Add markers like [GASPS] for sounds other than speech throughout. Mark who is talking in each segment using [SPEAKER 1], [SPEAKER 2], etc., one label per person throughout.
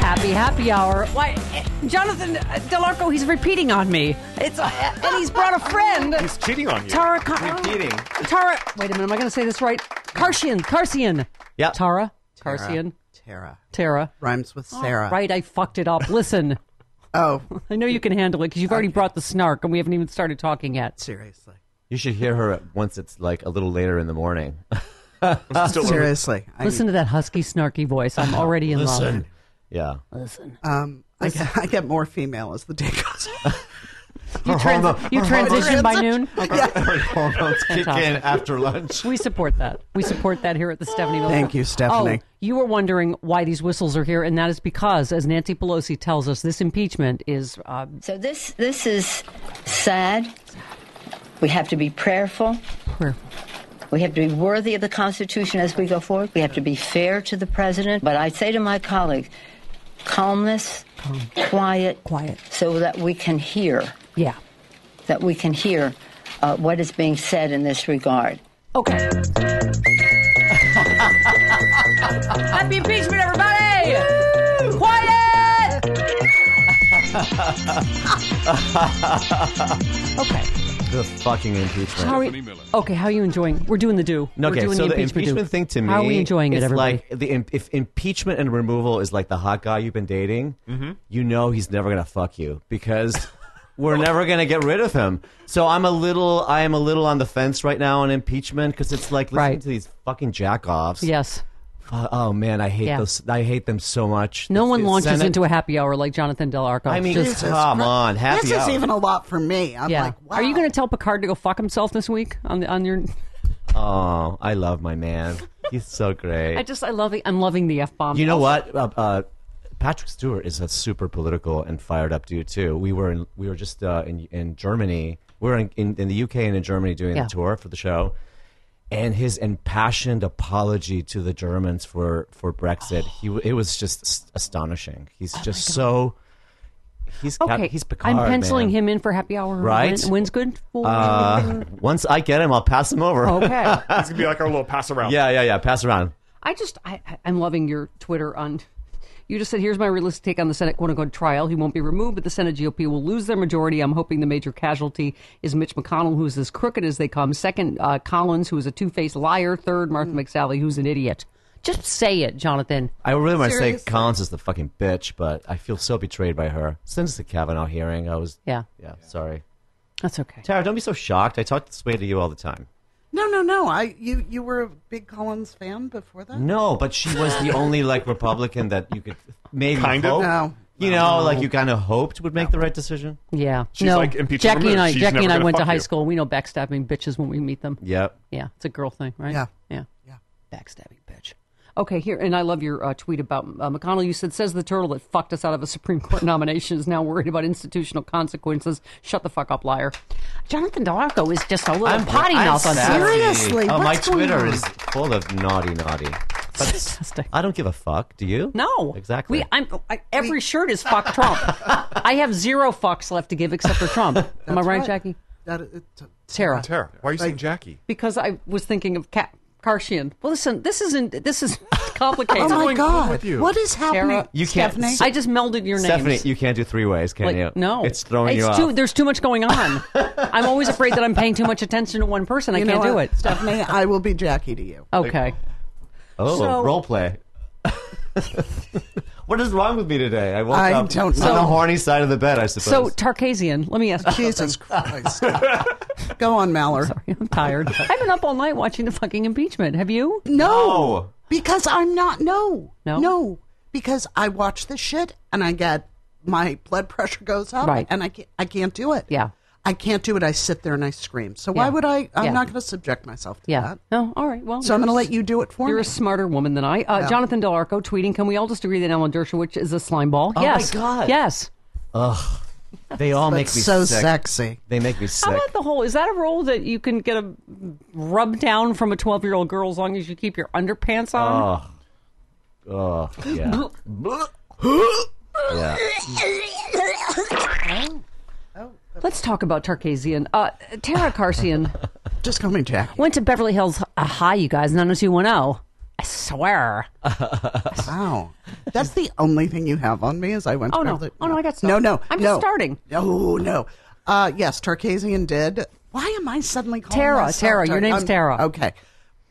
[SPEAKER 1] Happy happy hour. Why, eh, Jonathan uh, Delarco? He's repeating on me. It's uh, and he's brought a friend.
[SPEAKER 2] He's cheating on you.
[SPEAKER 1] Tara. Car-
[SPEAKER 2] Repeating.
[SPEAKER 1] Tara. Wait a minute. Am I going to say this right? Karsian. Karsian.
[SPEAKER 3] Yep.
[SPEAKER 1] Tara. Karsian.
[SPEAKER 3] Tara.
[SPEAKER 1] Tara.
[SPEAKER 3] Rhymes with Sarah.
[SPEAKER 1] Right. I fucked it up. Listen.
[SPEAKER 3] Oh,
[SPEAKER 1] [LAUGHS] I know you can handle it because you've already brought the snark and we haven't even started talking yet.
[SPEAKER 3] seriously.
[SPEAKER 4] You should hear her at- once it's like a little later in the morning. [LAUGHS]
[SPEAKER 3] seriously. I,
[SPEAKER 1] Listen to that husky, snarky voice. I'm already in love.
[SPEAKER 4] yeah.
[SPEAKER 3] um, I, get, I get more female as the day goes on.
[SPEAKER 1] You, trans- you transition by noon. Okay.
[SPEAKER 4] Hormones kick in
[SPEAKER 1] Fantastic.
[SPEAKER 4] after lunch.
[SPEAKER 1] We support that. We support that here at the Stephanie Miller.
[SPEAKER 3] Thank
[SPEAKER 1] Show.
[SPEAKER 3] you, Stephanie.
[SPEAKER 1] Oh, you were wondering why these whistles are here, and that is because, as Nancy Pelosi tells us, this impeachment is. Uh,
[SPEAKER 5] So this this is sad. We have to be prayerful.
[SPEAKER 1] prayer-
[SPEAKER 5] We have to be worthy of the Constitution as we go forward. We have to be fair to the president. But I say to my colleagues, calmness, quiet,
[SPEAKER 1] Quiet.
[SPEAKER 5] so that we can hear,
[SPEAKER 1] yeah.
[SPEAKER 5] that we can hear uh, what is being said in this regard.
[SPEAKER 1] Okay. [LAUGHS] Happy impeachment, everybody!
[SPEAKER 4] [LAUGHS]
[SPEAKER 1] Quiet. okay.
[SPEAKER 4] The fucking impeachment.
[SPEAKER 1] How are we, okay, how are you enjoying? We're doing the do. We're
[SPEAKER 4] Okay,
[SPEAKER 1] doing
[SPEAKER 4] so
[SPEAKER 1] the
[SPEAKER 4] the
[SPEAKER 1] impeachment, do.
[SPEAKER 4] impeachment thing to me,
[SPEAKER 1] How are we enjoying it,
[SPEAKER 4] is
[SPEAKER 1] everybody?
[SPEAKER 4] like the im- if impeachment and removal is like the hot guy you've been dating,
[SPEAKER 3] Mm-hmm.
[SPEAKER 4] you know he's never gonna fuck you
[SPEAKER 3] [LAUGHS]
[SPEAKER 4] because we're never gonna get rid of him. So I'm a little, I am a little on the fence right now on impeachment because it's like listening
[SPEAKER 1] Right.
[SPEAKER 4] to these fucking jackoffs.
[SPEAKER 1] yes.
[SPEAKER 4] Uh, oh man, I hate
[SPEAKER 1] Yeah.
[SPEAKER 4] those. I hate them so much.
[SPEAKER 1] No
[SPEAKER 4] The-
[SPEAKER 1] one
[SPEAKER 4] the
[SPEAKER 1] launches
[SPEAKER 4] Senate-
[SPEAKER 1] into a happy hour like Jonathan Del Arco.
[SPEAKER 4] I mean,
[SPEAKER 1] Just-
[SPEAKER 4] just come on, happy
[SPEAKER 3] this is
[SPEAKER 4] hour.
[SPEAKER 3] even a lot for me. I'm
[SPEAKER 1] yeah.
[SPEAKER 3] like, wow.
[SPEAKER 1] Are you going to tell Picard to go fuck himself this week on the on your?
[SPEAKER 4] Oh, I love my man. He's so
[SPEAKER 1] [LAUGHS]
[SPEAKER 4] great.
[SPEAKER 1] I just I love it. I'm loving the f bomb.
[SPEAKER 4] you know what? Uh, uh, Patrick Stewart is a super political and fired up dude too. We were in, we were just uh, in in Germany. We were in, in in the UK and in Germany doing
[SPEAKER 1] Yeah.
[SPEAKER 4] the tour for the show. And his impassioned apology to the Germans for for Brexit, he w- it was just s- astonishing. He's just so he's got-
[SPEAKER 1] Oh Okay,
[SPEAKER 4] he's Picard.
[SPEAKER 1] I'm penciling
[SPEAKER 4] man.
[SPEAKER 1] him in for happy hour.
[SPEAKER 4] Right?
[SPEAKER 1] Win, wins good.
[SPEAKER 4] Uh, once I get him, I'll pass him [LAUGHS] over.
[SPEAKER 1] okay.
[SPEAKER 2] It's gonna be like our little pass around.
[SPEAKER 4] Yeah, yeah, yeah. Pass around.
[SPEAKER 1] I just I, I- I'm loving your Twitter on. You just said, "Here's my realistic take on the Senate quote unquote trial. He won't be removed, but the Senate GOP will lose their majority. I'm hoping the major casualty is Mitch McConnell, who's as crooked as they come. Second, uh, Collins, who is a two faced liar. Third, Martha
[SPEAKER 4] Hmm.
[SPEAKER 1] McSally, who's an idiot. Just say it, Jonathan.
[SPEAKER 4] I really want to say Collins is the fucking bitch, but I feel so betrayed by her. Since the Kavanaugh hearing, I was.
[SPEAKER 1] Yeah.
[SPEAKER 4] Yeah, sorry.
[SPEAKER 1] That's okay.
[SPEAKER 4] Tara, don't be so shocked. I talk this way to you all the time.
[SPEAKER 3] No, no, no. I you you were a big Collins fan before
[SPEAKER 1] Mm.
[SPEAKER 3] that.
[SPEAKER 4] No, but she was the only like Republican that you could maybe
[SPEAKER 2] Kind of.
[SPEAKER 4] hope.
[SPEAKER 3] No.
[SPEAKER 4] You know, like you kind of hoped would make the right decision.
[SPEAKER 1] Yeah.
[SPEAKER 2] She's
[SPEAKER 1] no.
[SPEAKER 2] like impeachment
[SPEAKER 1] Jackie and
[SPEAKER 2] removed.
[SPEAKER 1] I.
[SPEAKER 2] She's
[SPEAKER 1] Jackie
[SPEAKER 2] never
[SPEAKER 1] and I
[SPEAKER 2] gonna
[SPEAKER 1] went to
[SPEAKER 2] fuck
[SPEAKER 1] high
[SPEAKER 2] you.
[SPEAKER 1] school. We know backstabbing bitches when we meet them.
[SPEAKER 4] Yep.
[SPEAKER 1] Yeah, it's a girl thing, right?
[SPEAKER 3] Yeah.
[SPEAKER 1] Yeah.
[SPEAKER 3] Yeah.
[SPEAKER 1] Backstabbing bitch. Okay, here, and I love your uh, tweet about uh, McConnell. You said, says the turtle that fucked us out of a Supreme Court [LAUGHS] nomination is now worried about institutional consequences. Shut the fuck up, liar. Jonathan DeLarco is just a little
[SPEAKER 4] I'm
[SPEAKER 1] potty mouth on
[SPEAKER 4] sassy.
[SPEAKER 1] Twitter.
[SPEAKER 3] Seriously,
[SPEAKER 4] oh, my
[SPEAKER 3] what's going
[SPEAKER 4] Twitter
[SPEAKER 3] on?
[SPEAKER 4] is full of naughty, naughty. But
[SPEAKER 1] Fantastic.
[SPEAKER 4] I don't give a fuck. Do you?
[SPEAKER 1] No,
[SPEAKER 4] exactly.
[SPEAKER 1] We, I'm, I, every shirt is fuck [LAUGHS] Trump. I have zero fucks left to give except for Trump. Am I
[SPEAKER 3] That's
[SPEAKER 1] right, Jackie?
[SPEAKER 3] That, it, t-
[SPEAKER 1] Tara,
[SPEAKER 2] Tara, why are you saying Jackie?
[SPEAKER 1] because I was thinking of Kat Karshian. Well, listen, this isn't. This is complicated.
[SPEAKER 3] [LAUGHS] oh my
[SPEAKER 2] going on
[SPEAKER 3] God!
[SPEAKER 2] with you?
[SPEAKER 3] What is happening?
[SPEAKER 1] Tara,
[SPEAKER 4] You can't-
[SPEAKER 3] Stephanie?
[SPEAKER 1] I just melded your names.
[SPEAKER 4] Stephanie, you can't do three ways, can
[SPEAKER 1] Like,
[SPEAKER 4] you?
[SPEAKER 1] No,
[SPEAKER 4] it's throwing you
[SPEAKER 1] It's
[SPEAKER 4] off.
[SPEAKER 1] too, There's too much going
[SPEAKER 4] [LAUGHS]
[SPEAKER 1] on. I'm always afraid that I'm paying too much attention to one person. I
[SPEAKER 3] You know
[SPEAKER 1] can't do
[SPEAKER 3] what,
[SPEAKER 1] it. [LAUGHS]
[SPEAKER 3] Stephanie. I will be Jackie to you.
[SPEAKER 1] Okay.
[SPEAKER 4] oh,
[SPEAKER 1] so-
[SPEAKER 4] role play. [LAUGHS] what is wrong with me today? I woke
[SPEAKER 3] I
[SPEAKER 4] up
[SPEAKER 3] don't
[SPEAKER 4] on the
[SPEAKER 3] know.
[SPEAKER 4] horny side of the bed, I suppose.
[SPEAKER 1] So Tarkazian, let me ask. you
[SPEAKER 3] Jesus Christ! Go on, Mallor.
[SPEAKER 1] [LAUGHS] I'm
[SPEAKER 3] [LAUGHS]
[SPEAKER 1] tired. I've been up all night watching the fucking impeachment. Have you?
[SPEAKER 3] No,
[SPEAKER 4] No.
[SPEAKER 3] because I'm not. No,
[SPEAKER 1] No?
[SPEAKER 3] no, because I watch this shit and I get my blood pressure goes up,
[SPEAKER 1] Right.
[SPEAKER 3] And I can't, I can't do it.
[SPEAKER 1] Yeah.
[SPEAKER 3] I can't do it. I sit there and I scream. So
[SPEAKER 1] Yeah.
[SPEAKER 3] why would I? I'm
[SPEAKER 1] Yeah.
[SPEAKER 3] not going to subject myself to
[SPEAKER 1] Yeah.
[SPEAKER 3] that.
[SPEAKER 1] No. All right. Well.
[SPEAKER 3] So I'm going to
[SPEAKER 1] you're-
[SPEAKER 3] let you do it for
[SPEAKER 1] You're
[SPEAKER 3] me.
[SPEAKER 1] a smarter woman than I. Uh, Jonathan Delarco tweeting: Can we all just agree that Alan Dershowitz is a slime
[SPEAKER 3] Oh
[SPEAKER 1] ball?
[SPEAKER 4] my
[SPEAKER 1] yes.
[SPEAKER 4] God.
[SPEAKER 1] Yes.
[SPEAKER 4] they all make
[SPEAKER 3] That's
[SPEAKER 4] me
[SPEAKER 3] so
[SPEAKER 4] sick.
[SPEAKER 3] sexy.
[SPEAKER 4] They make me sick.
[SPEAKER 1] How about the whole? Is that a role that you can get a rub down from a 12 year old girl as long as you keep your underpants on?
[SPEAKER 4] oh, yeah.
[SPEAKER 3] [GASPS]
[SPEAKER 4] yeah.
[SPEAKER 1] Let's talk about Tarkazian. Uh, Tara Karsian
[SPEAKER 3] Just call me Jackie.
[SPEAKER 1] went to Beverly Hills uh, High, you guys, 90210. I swear.
[SPEAKER 3] Wow. That's the only thing you have on me is I went.
[SPEAKER 1] Oh,
[SPEAKER 3] to
[SPEAKER 1] no.
[SPEAKER 3] Beverly-
[SPEAKER 1] Oh, no, I got stuff.
[SPEAKER 3] No, no.
[SPEAKER 1] I'm
[SPEAKER 3] no.
[SPEAKER 1] just starting.
[SPEAKER 3] No, no. Uh, yes, Tarkazian did. Why am I suddenly calling
[SPEAKER 1] Tara,
[SPEAKER 3] myself
[SPEAKER 1] Tara, your
[SPEAKER 3] Tar-
[SPEAKER 1] name's
[SPEAKER 3] I'm-
[SPEAKER 1] Tara.
[SPEAKER 3] Okay.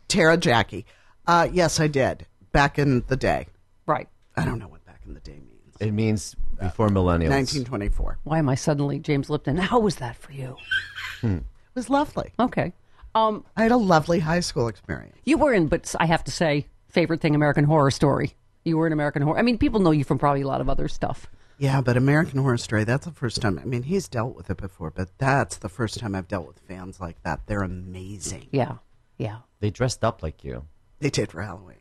[SPEAKER 3] Tara Jackie. Uh, yes, I did. Back in the day.
[SPEAKER 1] Right.
[SPEAKER 3] I don't know what back in the day means.
[SPEAKER 4] It means before millennials.
[SPEAKER 3] 1924. It
[SPEAKER 1] Why am I suddenly James Lipton? How was that for you?
[SPEAKER 3] was lovely.
[SPEAKER 1] Okay. Um,
[SPEAKER 3] I had a lovely high school experience.
[SPEAKER 1] you were in, but I have to say, favorite thing American Horror Story. You were in American Horror. I mean, people know you from probably a lot of other stuff.
[SPEAKER 3] Yeah, but American Horror Story, that's the first time. I mean, he's dealt with it before, but that's the first time I've dealt with fans like that. They're amazing.
[SPEAKER 1] Yeah. Yeah.
[SPEAKER 4] They dressed up like you.
[SPEAKER 3] They did for Halloween.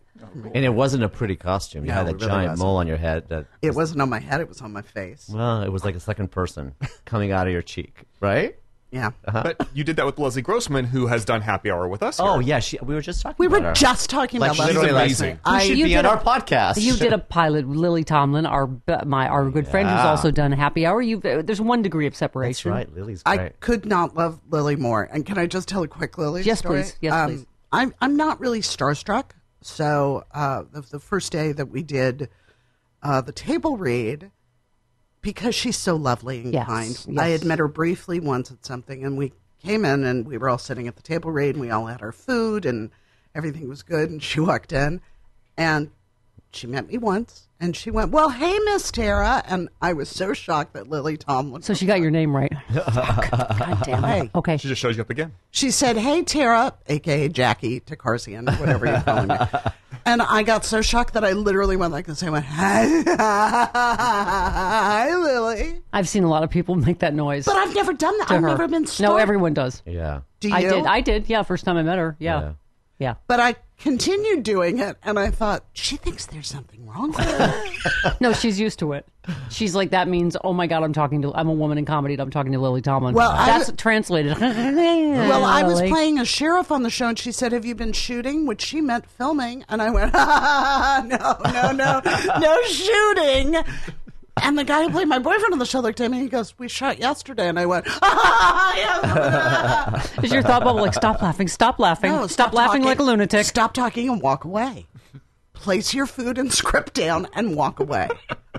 [SPEAKER 4] And it wasn't a pretty costume. You
[SPEAKER 3] No,
[SPEAKER 4] had
[SPEAKER 3] it
[SPEAKER 4] that
[SPEAKER 3] really
[SPEAKER 4] giant
[SPEAKER 3] wasn't.
[SPEAKER 4] mole on your head. That
[SPEAKER 3] It wasn't on my head, it was on my face.
[SPEAKER 4] well, it was like a second
[SPEAKER 3] [LAUGHS]
[SPEAKER 4] person coming out of your cheek, right?
[SPEAKER 3] Yeah.
[SPEAKER 2] But you did that with Leslie Grossman, who has done Happy Hour with us.
[SPEAKER 4] Oh
[SPEAKER 2] here.
[SPEAKER 4] yeah, she, we were just talking.
[SPEAKER 3] We
[SPEAKER 4] about
[SPEAKER 3] were
[SPEAKER 4] her.
[SPEAKER 3] just talking
[SPEAKER 4] uh, like,
[SPEAKER 3] about Leslie.
[SPEAKER 4] literally like,
[SPEAKER 2] amazing.
[SPEAKER 4] Who
[SPEAKER 3] I-
[SPEAKER 4] should
[SPEAKER 1] You
[SPEAKER 4] be
[SPEAKER 1] did
[SPEAKER 4] on
[SPEAKER 1] a-
[SPEAKER 4] our podcast?
[SPEAKER 1] You
[SPEAKER 3] [LAUGHS]
[SPEAKER 1] did a pilot, with Lily Tomlin, our my our good friend who's also done Happy Hour. You there's one degree of
[SPEAKER 4] That's
[SPEAKER 1] separation.
[SPEAKER 4] right, Lily's
[SPEAKER 3] I
[SPEAKER 4] great.
[SPEAKER 3] could not love Lily more. And can I just tell a quick Lily
[SPEAKER 1] Yes,
[SPEAKER 3] story? Um,
[SPEAKER 1] please. Yes, please.
[SPEAKER 3] I'm I'm not really starstruck. So uh, the, the first day that we did uh, the table read, because she's so lovely and
[SPEAKER 1] Yes,
[SPEAKER 3] kind,
[SPEAKER 1] yes.
[SPEAKER 3] I had met her briefly once at something, and we came in and we were all sitting at the table read, and we all had our food, and everything was good. And she [LAUGHS] walked in, and she met me once, and she went, "Well, hey, Miss Tara," and I was so shocked that Lily Tomlin.
[SPEAKER 1] So she got your name right. Fuck. God damn it.
[SPEAKER 3] [LAUGHS] Hey.
[SPEAKER 1] Okay.
[SPEAKER 2] She just shows you up again.
[SPEAKER 3] She said, Hey, Tara, aka Jackie Takarsian, whatever you're calling me. And I got so shocked that I literally went like this. I went, Hi, Lily.
[SPEAKER 1] I've seen a lot of people [LAUGHS] make that noise.
[SPEAKER 3] But I've never done that. I've
[SPEAKER 1] her.
[SPEAKER 3] never been
[SPEAKER 1] No,
[SPEAKER 3] startled.
[SPEAKER 1] everyone does.
[SPEAKER 4] yeah.
[SPEAKER 3] Do you?
[SPEAKER 1] I did. I did. Yeah, first time I met her. Yeah. Yeah.
[SPEAKER 4] Yeah.
[SPEAKER 3] but I continued doing it, and I thought, She thinks there's something wrong with her.
[SPEAKER 1] No, she's used to it. She's like, that means, oh my God, I'm talking to, I'm a woman in comedy and I'm talking to Lily Tomlin.
[SPEAKER 3] Well, I-
[SPEAKER 1] That's translated. well,
[SPEAKER 3] well,
[SPEAKER 1] [LAUGHS]
[SPEAKER 3] I was playing a sheriff on the show, and she said, Have you been shooting? Which she meant filming. And I went, [LAUGHS] No, no, no, no shooting. And the guy who played my boyfriend on the show looked at me and he goes, We shot yesterday. And I went, [LAUGHS] "Ah,
[SPEAKER 1] Is your thought bubble like, stop laughing, stop laughing,
[SPEAKER 3] No,
[SPEAKER 1] stop, laughing
[SPEAKER 3] talking.
[SPEAKER 1] like a lunatic?
[SPEAKER 3] Stop talking and walk away. Place your food and script down and walk away.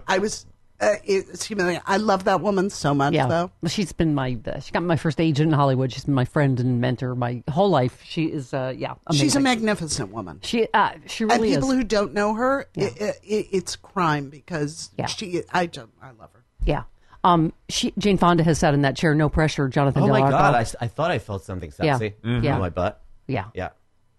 [SPEAKER 3] I was, uh, it's humiliating. I love that woman so much,
[SPEAKER 1] Yeah.
[SPEAKER 3] though.
[SPEAKER 1] Well, She's been my, uh, she got my first agent in Hollywood. She's been my friend and mentor my whole life. She is, uh, yeah, amazing.
[SPEAKER 3] She's a magnificent woman.
[SPEAKER 1] She, uh, she really
[SPEAKER 3] and people
[SPEAKER 1] is.
[SPEAKER 3] who don't know her, i i i it's crime because
[SPEAKER 1] Yeah.
[SPEAKER 3] she, I, don't, I love her.
[SPEAKER 1] yeah. Um, she, Jane Fonda has sat in that chair, no pressure, Jonathan
[SPEAKER 4] Oh my
[SPEAKER 1] Del Arco.
[SPEAKER 4] god, I, s- I thought I felt something
[SPEAKER 1] Yeah.
[SPEAKER 4] sexy
[SPEAKER 1] Mhm. Yeah.
[SPEAKER 4] on my butt.
[SPEAKER 1] yeah.
[SPEAKER 4] Yeah.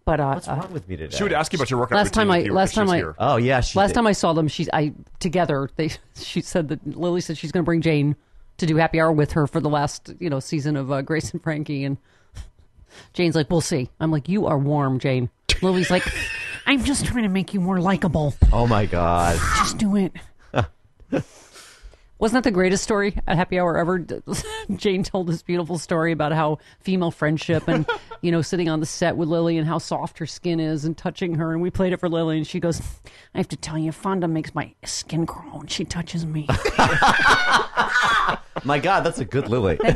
[SPEAKER 1] But, uh,
[SPEAKER 4] What's wrong with me today?
[SPEAKER 2] She would ask you about your workout
[SPEAKER 1] Last time
[SPEAKER 2] routine
[SPEAKER 1] I-
[SPEAKER 2] if you-
[SPEAKER 1] last
[SPEAKER 2] if she
[SPEAKER 1] time
[SPEAKER 2] was
[SPEAKER 1] I-
[SPEAKER 2] here.
[SPEAKER 4] Oh yeah, she
[SPEAKER 1] Last
[SPEAKER 4] did.
[SPEAKER 1] time I saw them, she I together they [LAUGHS] she said that Lily said she's going to bring Jane to do happy hour with her for the last you know season of uh, Grace and [LAUGHS] Frankie, and Jane's like, "We'll see." I'm like, "You are warm, Jane." Lily's like,
[SPEAKER 6] [LAUGHS] I'm just trying to make you more likable.
[SPEAKER 4] Oh my god.
[SPEAKER 6] Just do it.
[SPEAKER 1] [LAUGHS] Wasn't that the greatest story at Happy Hour ever? [LAUGHS] Jane told this beautiful story about how female friendship and, you know, sitting on the set with Lily and how soft her skin is and touching her. And we played it for Lily and she goes, I have to tell you, Fonda makes my skin crawl when she touches me.
[SPEAKER 4] My god, that's a good Lily.
[SPEAKER 1] really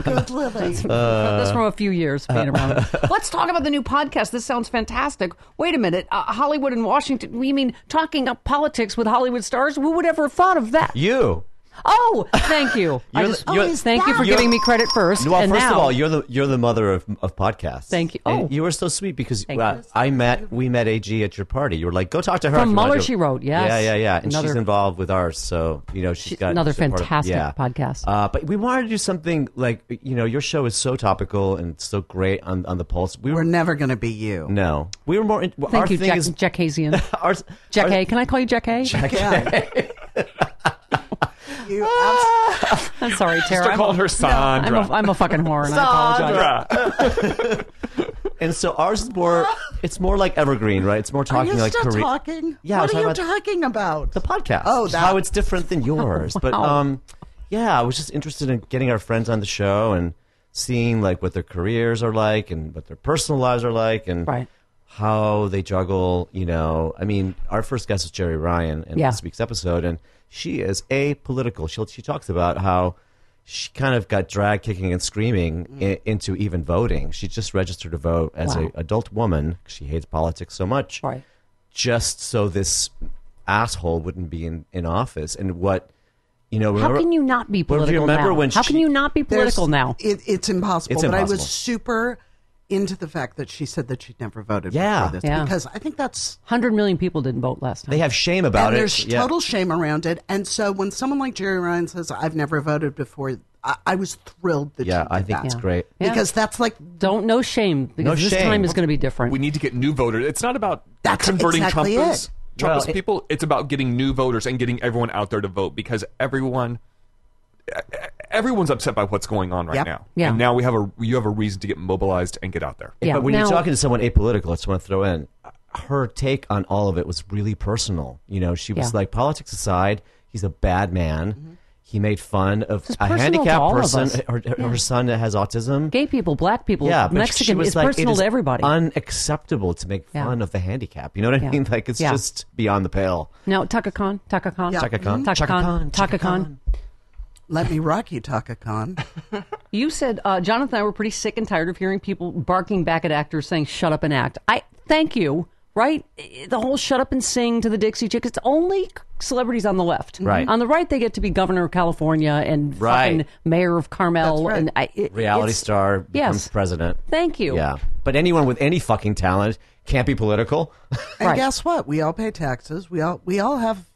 [SPEAKER 1] good living. That's, that's from a few years being around. it. Let's talk about the new podcast. This sounds fantastic. Wait a minute, uh, Hollywood and Washington. We mean talking up politics with Hollywood stars? Who would ever have thought of that?
[SPEAKER 4] You.
[SPEAKER 1] Oh, thank
[SPEAKER 4] [LAUGHS]
[SPEAKER 1] you. I
[SPEAKER 4] You're
[SPEAKER 1] just
[SPEAKER 4] the- you're-
[SPEAKER 1] always thank you for
[SPEAKER 4] You're-
[SPEAKER 1] giving me credit first.
[SPEAKER 4] Well,
[SPEAKER 1] and
[SPEAKER 4] first
[SPEAKER 1] now,
[SPEAKER 4] of all, you're the you're the mother of, of podcasts.
[SPEAKER 1] Thank you.
[SPEAKER 4] And
[SPEAKER 1] Oh.
[SPEAKER 4] you were so sweet because
[SPEAKER 1] Thank
[SPEAKER 4] uh,
[SPEAKER 1] you.
[SPEAKER 4] I met we met AG at your party. You were like, go talk to her.
[SPEAKER 1] From
[SPEAKER 4] if you wanna
[SPEAKER 1] Muller,
[SPEAKER 4] do-
[SPEAKER 1] She Wrote, yes.
[SPEAKER 4] Yeah, yeah, yeah. And she's
[SPEAKER 1] Another-
[SPEAKER 4] involved with ours, so you know she's
[SPEAKER 1] She's
[SPEAKER 4] got
[SPEAKER 1] another
[SPEAKER 4] she's a part of-
[SPEAKER 1] fantastic
[SPEAKER 4] yeah.
[SPEAKER 1] podcast.
[SPEAKER 4] Uh, but we wanted to do something like you know your show is so topical and so great on on the pulse. We
[SPEAKER 3] We're
[SPEAKER 4] were
[SPEAKER 3] never going to be you.
[SPEAKER 4] no, we were more. In,
[SPEAKER 1] [LAUGHS]
[SPEAKER 4] our
[SPEAKER 1] thank you,
[SPEAKER 4] thing
[SPEAKER 1] Jack,
[SPEAKER 4] is [LAUGHS]
[SPEAKER 1] Jack Hazian.
[SPEAKER 4] our,
[SPEAKER 1] Jack
[SPEAKER 4] our-
[SPEAKER 1] A. Can I call you Jack A?
[SPEAKER 3] Yeah. [LAUGHS] you abs-
[SPEAKER 4] Ah, [LAUGHS]
[SPEAKER 1] I'm sorry, Tara.
[SPEAKER 2] Start
[SPEAKER 1] I'm
[SPEAKER 2] calling
[SPEAKER 1] a,
[SPEAKER 2] her
[SPEAKER 1] I'm
[SPEAKER 2] Sandra.
[SPEAKER 1] a, I'm a fucking whore, and I apologize.
[SPEAKER 4] And so ours is
[SPEAKER 3] [LAUGHS]
[SPEAKER 4] more. It's more like evergreen, right? It's more
[SPEAKER 3] are
[SPEAKER 4] talking
[SPEAKER 3] you
[SPEAKER 4] like
[SPEAKER 3] still
[SPEAKER 4] Korea-
[SPEAKER 3] talking?
[SPEAKER 4] Yeah, I was
[SPEAKER 3] What are you
[SPEAKER 4] talking about-
[SPEAKER 3] talking about?
[SPEAKER 4] the podcast.
[SPEAKER 3] [LAUGHS] Oh, that-
[SPEAKER 4] how it's different than yours. But um, yeah, I was just interested in getting our friends on the show and seeing like what their careers are like and what their personal lives are like and
[SPEAKER 1] Right.
[SPEAKER 4] how they juggle. You know, I mean, our first guest is Jerry Ryan in
[SPEAKER 1] Yeah.
[SPEAKER 4] this week's episode, and she is apolitical. She she talks about how. She kind of got dragged kicking and screaming i- into even voting. She just registered to vote as
[SPEAKER 1] Mm. Wow.
[SPEAKER 4] a adult woman. She hates politics so much
[SPEAKER 1] Right.
[SPEAKER 4] just so this asshole wouldn't be in, in office. And what, you know,
[SPEAKER 1] How
[SPEAKER 4] remember,
[SPEAKER 1] can you not be
[SPEAKER 4] Well, if you
[SPEAKER 1] political
[SPEAKER 4] remember
[SPEAKER 1] now?
[SPEAKER 4] when
[SPEAKER 1] How can
[SPEAKER 4] she-
[SPEAKER 1] you not be
[SPEAKER 3] There's-
[SPEAKER 1] political now?
[SPEAKER 3] It, it's impossible.
[SPEAKER 4] It's
[SPEAKER 3] but I
[SPEAKER 4] impossible.
[SPEAKER 3] was super into the fact that she said that she'd never voted
[SPEAKER 4] Yeah.
[SPEAKER 3] before this
[SPEAKER 1] Yeah.
[SPEAKER 3] because I think that's
[SPEAKER 1] 100 million people didn't vote last time.
[SPEAKER 4] They have shame about
[SPEAKER 3] and
[SPEAKER 4] it.
[SPEAKER 3] there's
[SPEAKER 4] Yeah.
[SPEAKER 3] total shame around it. And so when someone like Jerry Ryan says, "I've never voted before," I, I was thrilled that
[SPEAKER 4] Yeah,
[SPEAKER 3] she did
[SPEAKER 4] I think
[SPEAKER 3] that.
[SPEAKER 4] it's great.
[SPEAKER 1] Yeah.
[SPEAKER 3] because that's like
[SPEAKER 1] Don't no shame because
[SPEAKER 4] No
[SPEAKER 1] this
[SPEAKER 4] shame.
[SPEAKER 1] time is going to be different.
[SPEAKER 2] we need to get new voters. It's not about
[SPEAKER 3] That's
[SPEAKER 2] converting
[SPEAKER 3] exactly
[SPEAKER 2] Trumpers,
[SPEAKER 3] it.
[SPEAKER 2] Trumpist
[SPEAKER 4] Well, it-
[SPEAKER 2] people. It's about getting new voters and getting everyone out there to vote because everyone, e- e- everyone's upset by what's going on right
[SPEAKER 3] Yep.
[SPEAKER 2] now.
[SPEAKER 1] Yeah.
[SPEAKER 2] And now we have a you have a reason to get mobilized and get out there.
[SPEAKER 1] yeah.
[SPEAKER 4] But when
[SPEAKER 1] now-
[SPEAKER 4] you're talking to someone apolitical, I just want to throw in her take on all of it was really personal. You know, she was
[SPEAKER 1] Yeah. Mm-hmm.
[SPEAKER 4] like, politics aside, he's a bad man. He made fun of
[SPEAKER 1] It's
[SPEAKER 4] a
[SPEAKER 1] personal to
[SPEAKER 4] handicapped
[SPEAKER 1] all of
[SPEAKER 4] person.
[SPEAKER 1] us.
[SPEAKER 4] Her, her son has autism.
[SPEAKER 1] gay people, black people,
[SPEAKER 4] yeah, but
[SPEAKER 1] Mexican,
[SPEAKER 4] she was
[SPEAKER 1] it's
[SPEAKER 4] like,
[SPEAKER 1] personal
[SPEAKER 4] it is
[SPEAKER 1] to everybody.
[SPEAKER 4] Unacceptable to make
[SPEAKER 1] Yeah.
[SPEAKER 4] fun of the handicap. You know what I
[SPEAKER 1] Yeah.
[SPEAKER 4] mean? Like it's
[SPEAKER 1] Yeah.
[SPEAKER 4] just beyond the pale.
[SPEAKER 1] now, Taka Khan, Taka Khan,
[SPEAKER 4] Chaka Khan,
[SPEAKER 1] Taka
[SPEAKER 4] Chaka
[SPEAKER 1] Khan, Taka Khan.
[SPEAKER 3] "Let me rock you, Taka Khan."
[SPEAKER 1] [LAUGHS] You said uh, Jonathan and I were pretty sick and tired of hearing people barking back at actors saying "shut up and act." I thank you. Right, the whole "shut up and sing" to the Dixie Chicks. It's only celebrities on the left.
[SPEAKER 4] Right.
[SPEAKER 1] on the right, they get to be governor of California and
[SPEAKER 4] Right.
[SPEAKER 1] fucking mayor of Carmel
[SPEAKER 3] right.
[SPEAKER 1] and I, it-
[SPEAKER 4] reality
[SPEAKER 1] it's-
[SPEAKER 4] star becomes
[SPEAKER 1] Yes.
[SPEAKER 4] president.
[SPEAKER 1] Thank you.
[SPEAKER 4] Yeah, but anyone with any fucking talent can't be political. [LAUGHS]
[SPEAKER 3] And
[SPEAKER 1] Right.
[SPEAKER 3] guess what? We all pay taxes. We all we all have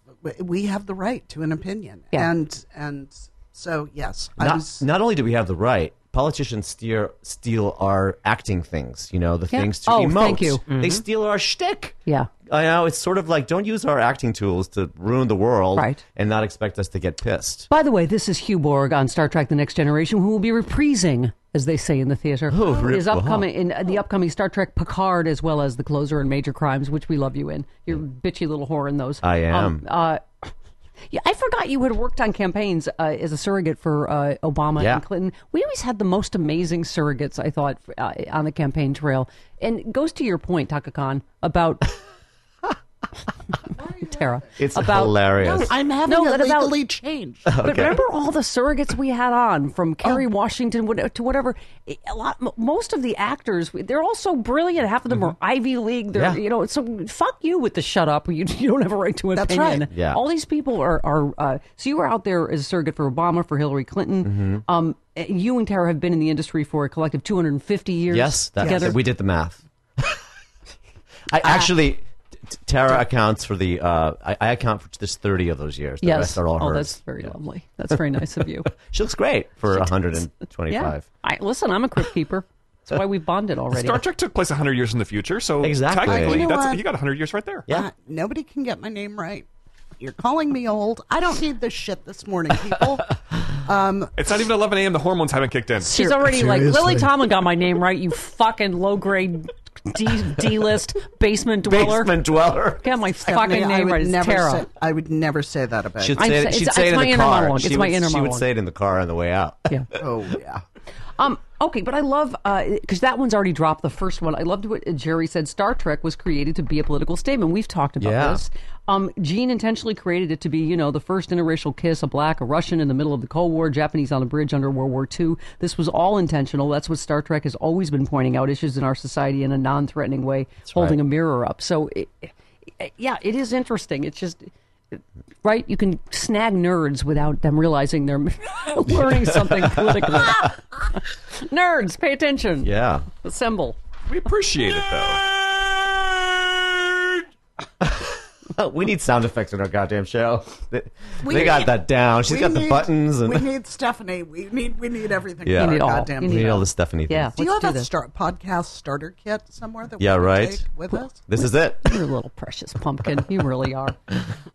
[SPEAKER 3] we have the right to an opinion.
[SPEAKER 1] Yeah.
[SPEAKER 3] And and so yes, I
[SPEAKER 4] not,
[SPEAKER 3] was
[SPEAKER 4] not only do we have the right, politicians steer, steal our acting things. You know, the
[SPEAKER 1] Yeah.
[SPEAKER 4] things to
[SPEAKER 1] Oh,
[SPEAKER 4] emote.
[SPEAKER 1] thank you.
[SPEAKER 4] They steal our shtick.
[SPEAKER 1] Yeah.
[SPEAKER 4] I know it's sort of like don't use our acting tools to ruin the world,
[SPEAKER 1] Right.
[SPEAKER 4] And not expect us to get pissed.
[SPEAKER 1] By the way, this is Hugh Borg on Star Trek: The Next Generation, who will be reprising, as they say in the theater,
[SPEAKER 4] Oh, rip-
[SPEAKER 1] his upcoming in uh, the upcoming Star Trek Picard, as well as the closer and Major Crimes, which we love you in. You're a bitchy little whore in those.
[SPEAKER 4] I am.
[SPEAKER 1] Um, uh, yeah, I forgot you had worked on campaigns uh, as a surrogate for uh, Obama
[SPEAKER 4] Yeah.
[SPEAKER 1] and Clinton. We always had the most amazing surrogates, I thought, uh, on the campaign trail. And goes to your point, Taka Khan,
[SPEAKER 4] [LAUGHS]
[SPEAKER 1] about Tara.
[SPEAKER 4] It's
[SPEAKER 1] about
[SPEAKER 4] hilarious.
[SPEAKER 3] I'm having
[SPEAKER 1] No,
[SPEAKER 3] a
[SPEAKER 1] but about-
[SPEAKER 3] legally changed.
[SPEAKER 1] [LAUGHS] But remember all the surrogates we had on
[SPEAKER 4] Oh.
[SPEAKER 1] from Kerry Washington what- to whatever. A lot, m- most of the actors, they're all so brilliant. Half of them are Ivy League. They're
[SPEAKER 4] Mm-hmm. Yeah.
[SPEAKER 1] you know. So fuck you with the shut up. You, you don't have a right to an
[SPEAKER 3] That's
[SPEAKER 1] opinion.
[SPEAKER 3] right.
[SPEAKER 4] Yeah.
[SPEAKER 1] All these people are are. Uh, so you were out there as a surrogate for Obama, for Hillary Clinton.
[SPEAKER 4] Mm-hmm.
[SPEAKER 1] Um, you and Tara have been in the industry for a collective 250 years.
[SPEAKER 4] Yes, that,
[SPEAKER 1] together. Ah.
[SPEAKER 4] we did the math. [LAUGHS] I actually, t- Tara accounts for the. Uh, I, I account for just thirty of those years. The
[SPEAKER 1] Yes.
[SPEAKER 4] rest are all
[SPEAKER 1] oh,
[SPEAKER 4] hers.
[SPEAKER 1] that's very lovely. That's very nice of
[SPEAKER 4] [LAUGHS]
[SPEAKER 1] you.
[SPEAKER 4] She looks great for hundred and
[SPEAKER 1] yeah.
[SPEAKER 4] twenty-five.
[SPEAKER 1] I, listen, I'm a crypt keeper. That's why we
[SPEAKER 4] [LAUGHS]
[SPEAKER 1] bonded already.
[SPEAKER 2] Star Trek took place 100 years in the future, so
[SPEAKER 4] Exactly.
[SPEAKER 2] technically,
[SPEAKER 4] You
[SPEAKER 3] know
[SPEAKER 2] that's
[SPEAKER 3] what?
[SPEAKER 2] you got 100 years right there.
[SPEAKER 4] Yeah.
[SPEAKER 3] Uh, nobody can get my name right. You're calling me old. I don't need this shit this morning,
[SPEAKER 1] [LAUGHS]
[SPEAKER 3] people.
[SPEAKER 2] It's not even 11 a.m. The hormones haven't kicked in.
[SPEAKER 1] She's already like
[SPEAKER 3] Seriously.
[SPEAKER 1] Lily Tomlin got my name right. You fucking low grade D D list basement dweller.
[SPEAKER 4] basement dweller.
[SPEAKER 1] Got my
[SPEAKER 3] Stephanie,
[SPEAKER 1] fucking
[SPEAKER 3] I
[SPEAKER 1] name
[SPEAKER 3] would
[SPEAKER 1] right. It's
[SPEAKER 3] never
[SPEAKER 1] Tara.
[SPEAKER 3] Say, I would never say that about
[SPEAKER 4] She'd
[SPEAKER 3] you.
[SPEAKER 1] I'm
[SPEAKER 4] say,
[SPEAKER 1] sa-
[SPEAKER 4] it, she'd
[SPEAKER 1] it's-
[SPEAKER 4] say
[SPEAKER 1] it's
[SPEAKER 4] it
[SPEAKER 1] my
[SPEAKER 4] in the
[SPEAKER 1] inner
[SPEAKER 4] car.
[SPEAKER 1] monologue.
[SPEAKER 4] She
[SPEAKER 1] It's
[SPEAKER 4] would,
[SPEAKER 1] my inner
[SPEAKER 4] she
[SPEAKER 1] monologue.
[SPEAKER 4] would say it in the car on the way out.
[SPEAKER 1] Yeah.
[SPEAKER 3] Oh yeah.
[SPEAKER 1] Um, okay, but I love because that one's already dropped. The first one, I loved what Jerry said. Star Trek was created to be a political statement. We've talked about
[SPEAKER 4] Yeah.
[SPEAKER 1] this. Um, Gene intentionally created it to be, you know, the first interracial kiss, a black, a Russian in the middle of the Cold War, Japanese on a bridge under World War II. This was all intentional. That's what Star Trek has always been pointing out issues in our society in a non-threatening way, holding a
[SPEAKER 4] right.
[SPEAKER 1] mirror up. So, it, it- yeah, it is interesting. It's just. Right, you can snag nerds without them realizing they're [LAUGHS] learning something political. Nerds, pay attention.
[SPEAKER 4] [LAUGHS] Yeah.
[SPEAKER 1] Assemble.
[SPEAKER 2] We appreciate it though.
[SPEAKER 4] we need sound effects in our goddamn show. [LAUGHS] They,
[SPEAKER 3] We
[SPEAKER 4] they got
[SPEAKER 3] need-
[SPEAKER 4] that down. She's
[SPEAKER 3] We
[SPEAKER 4] got the
[SPEAKER 3] need-
[SPEAKER 4] buttons [LAUGHS] and
[SPEAKER 3] we need Stephanie. We need we need everything.
[SPEAKER 4] Yeah.
[SPEAKER 3] for
[SPEAKER 4] We need
[SPEAKER 3] our
[SPEAKER 1] all.
[SPEAKER 3] Goddamn
[SPEAKER 1] You
[SPEAKER 4] we need
[SPEAKER 3] show.
[SPEAKER 4] all the Stephanie things.
[SPEAKER 1] Yeah.
[SPEAKER 3] Do you
[SPEAKER 1] Let's
[SPEAKER 3] have
[SPEAKER 1] do
[SPEAKER 3] a
[SPEAKER 1] this.
[SPEAKER 3] star- podcast starter kit somewhere that we
[SPEAKER 4] Yeah,
[SPEAKER 3] can
[SPEAKER 4] right.
[SPEAKER 3] take with us?
[SPEAKER 4] This is
[SPEAKER 3] [LAUGHS]
[SPEAKER 4] it.
[SPEAKER 1] You're a little precious pumpkin. You really are.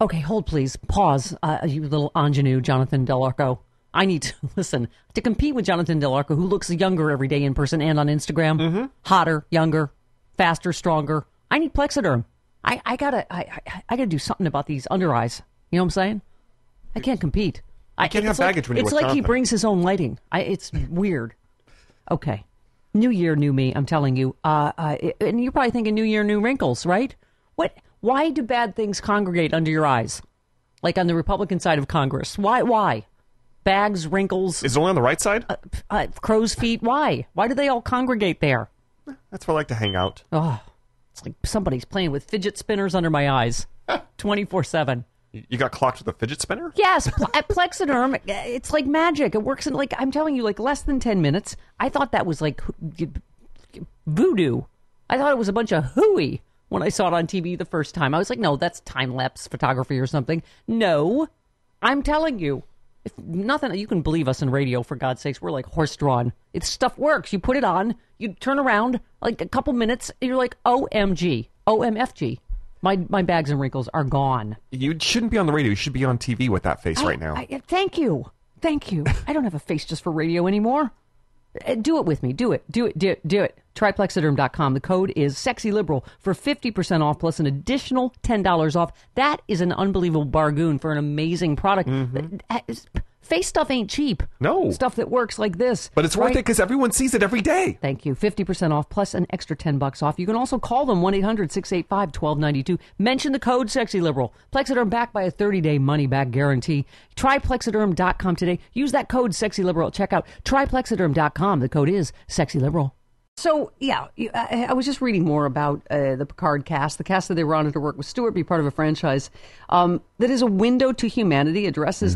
[SPEAKER 1] Okay, hold please. Pause. Uh, you little ingenue, Jonathan Delarco. I need to [LAUGHS] listen to compete with Jonathan Delarco, who looks younger every day in person and on Instagram.
[SPEAKER 2] Mm-hmm.
[SPEAKER 1] Hotter, younger, faster, stronger. I need Plexiderm. I, I gotta I, I I gotta do something about these under eyes. You know what I'm saying? I can't compete. I
[SPEAKER 2] can't
[SPEAKER 1] it's
[SPEAKER 2] have baggage
[SPEAKER 1] like,
[SPEAKER 2] when you're
[SPEAKER 1] It's
[SPEAKER 2] with
[SPEAKER 1] like he
[SPEAKER 2] Jonathan.
[SPEAKER 1] brings his own lighting. I, it's weird. Okay. New year, new me. I'm telling you. Uh, uh, and you're probably thinking new year, new wrinkles, right? What? Why do bad things congregate under your eyes, like on the Republican side of Congress? Why? Why? Bags, wrinkles,
[SPEAKER 2] Is it only on the right side?
[SPEAKER 1] uh, crow's feet. Why? Why do they all congregate there?
[SPEAKER 2] That's where I like to hang out.
[SPEAKER 1] Oh, it's like somebody's playing with fidget spinners under my eyes, twenty four seven.
[SPEAKER 2] You got clocked with a fidget spinner?
[SPEAKER 1] Yes, pl- at Plexiderm, eh, it's like magic. It works in like I'm telling you, like less than ten minutes. I thought that was like voodoo. I thought it was a bunch of hooey when I saw it on TV the first time. I was like, no, that's time lapse photography or something. No, I'm telling you, if nothing, you can believe us in radio for God's sakes. We're like horse drawn. It's stuff works. You put it on, you turn around like a couple minutes, and you're like, OMG, OMFG. My my bags and wrinkles are gone.
[SPEAKER 2] You shouldn't be on the radio. You should be on TV with that face right now.
[SPEAKER 1] Oh, I, I- thank you. Thank
[SPEAKER 2] [LAUGHS]
[SPEAKER 1] you. I don't have a face just for radio anymore. Uh, Do it with me. Do it. Do it. Do it. Do it. Triplexiderm.com. The code is sexyliberal for 50% off plus an additional $10 off. That is an unbelievable bargain for an amazing product. That is- Face stuff ain't cheap.
[SPEAKER 2] Mm-hmm. No.
[SPEAKER 1] Stuff that works like this.
[SPEAKER 2] but it's worth
[SPEAKER 1] right?
[SPEAKER 2] it because everyone sees it every day.
[SPEAKER 1] Thank you. 50% off plus an extra 10 bucks off. You can also call them 1 800 685 1292. Mention the code SEXYLIBERAL. Plexiderm backed by a 30 day money back guarantee. Try Plexiderm.com today. Use that code SEXYLIBERAL at checkout. Try Plexiderm.com. The code is SEXYLIBERAL. So, yeah, you- I, I was just reading more about uh, the Picard cast, the cast that they were on to work with Stewart, be part of a franchise um, that is a window to humanity, addresses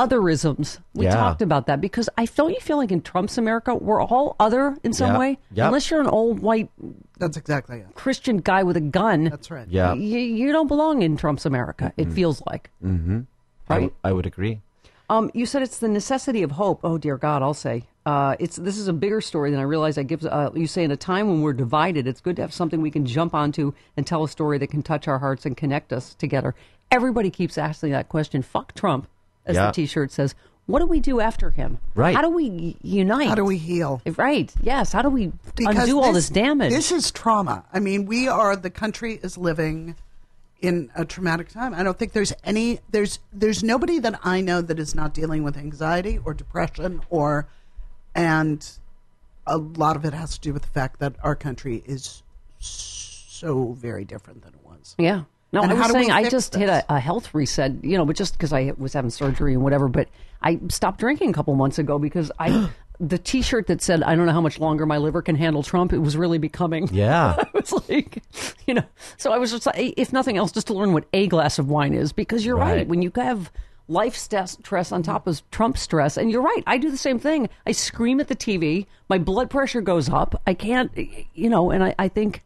[SPEAKER 1] otherisms. We
[SPEAKER 4] Yeah.
[SPEAKER 1] talked about that because I don't you feel like in Trump's America, we're all other in some
[SPEAKER 4] Yeah.
[SPEAKER 1] way.
[SPEAKER 4] Yep.
[SPEAKER 1] Unless you're an old white
[SPEAKER 3] That's exactly it.
[SPEAKER 1] Christian guy with a gun,
[SPEAKER 3] That's right.
[SPEAKER 4] Yeah.
[SPEAKER 1] y- you don't belong in Trump's America. It feels like. Mm-hmm.
[SPEAKER 4] I
[SPEAKER 1] Right.
[SPEAKER 4] w- I would agree.
[SPEAKER 1] Um, you said it's the necessity of hope. Oh dear God, I'll say uh, it's this is a bigger story than I realize. I give uh, you say in a time when we're divided, it's good to have something we can jump onto and tell a story that can touch our hearts and connect us together. Everybody keeps asking that question. Fuck Trump, as
[SPEAKER 4] Yeah.
[SPEAKER 1] the T-shirt says. What do we do after him?
[SPEAKER 4] Right.
[SPEAKER 1] How do we y- unite?
[SPEAKER 3] How do we heal?
[SPEAKER 1] Right. Yes. How do we undo all this damage?
[SPEAKER 3] This is trauma. I mean, we are the country is living in a traumatic time. I don't think there's any there's there's nobody that I know that is not dealing with anxiety or depression or and a lot of it has to do with the fact that our country is so very different than it was.
[SPEAKER 1] Yeah. No,
[SPEAKER 3] And
[SPEAKER 1] I was
[SPEAKER 3] how do we
[SPEAKER 1] saying I
[SPEAKER 3] fix
[SPEAKER 1] just hit
[SPEAKER 3] this?
[SPEAKER 1] a, a health reset, you know, but just because I was having surgery and whatever. But I stopped drinking a couple months ago because
[SPEAKER 3] [CLEARS THROAT]
[SPEAKER 1] I, the T-shirt that said "I don't know how much longer my liver can handle Trump," it was really becoming.
[SPEAKER 4] Yeah.
[SPEAKER 1] [LAUGHS] I was like, you know, so I was just like, if nothing else, just to learn what a glass of wine is, because you're right.
[SPEAKER 4] Right.
[SPEAKER 1] When you have life stress, stress on top of Trump stress, and you're right, I do the same thing. I scream at the TV, my blood pressure goes up. I can't, you know, and I, I think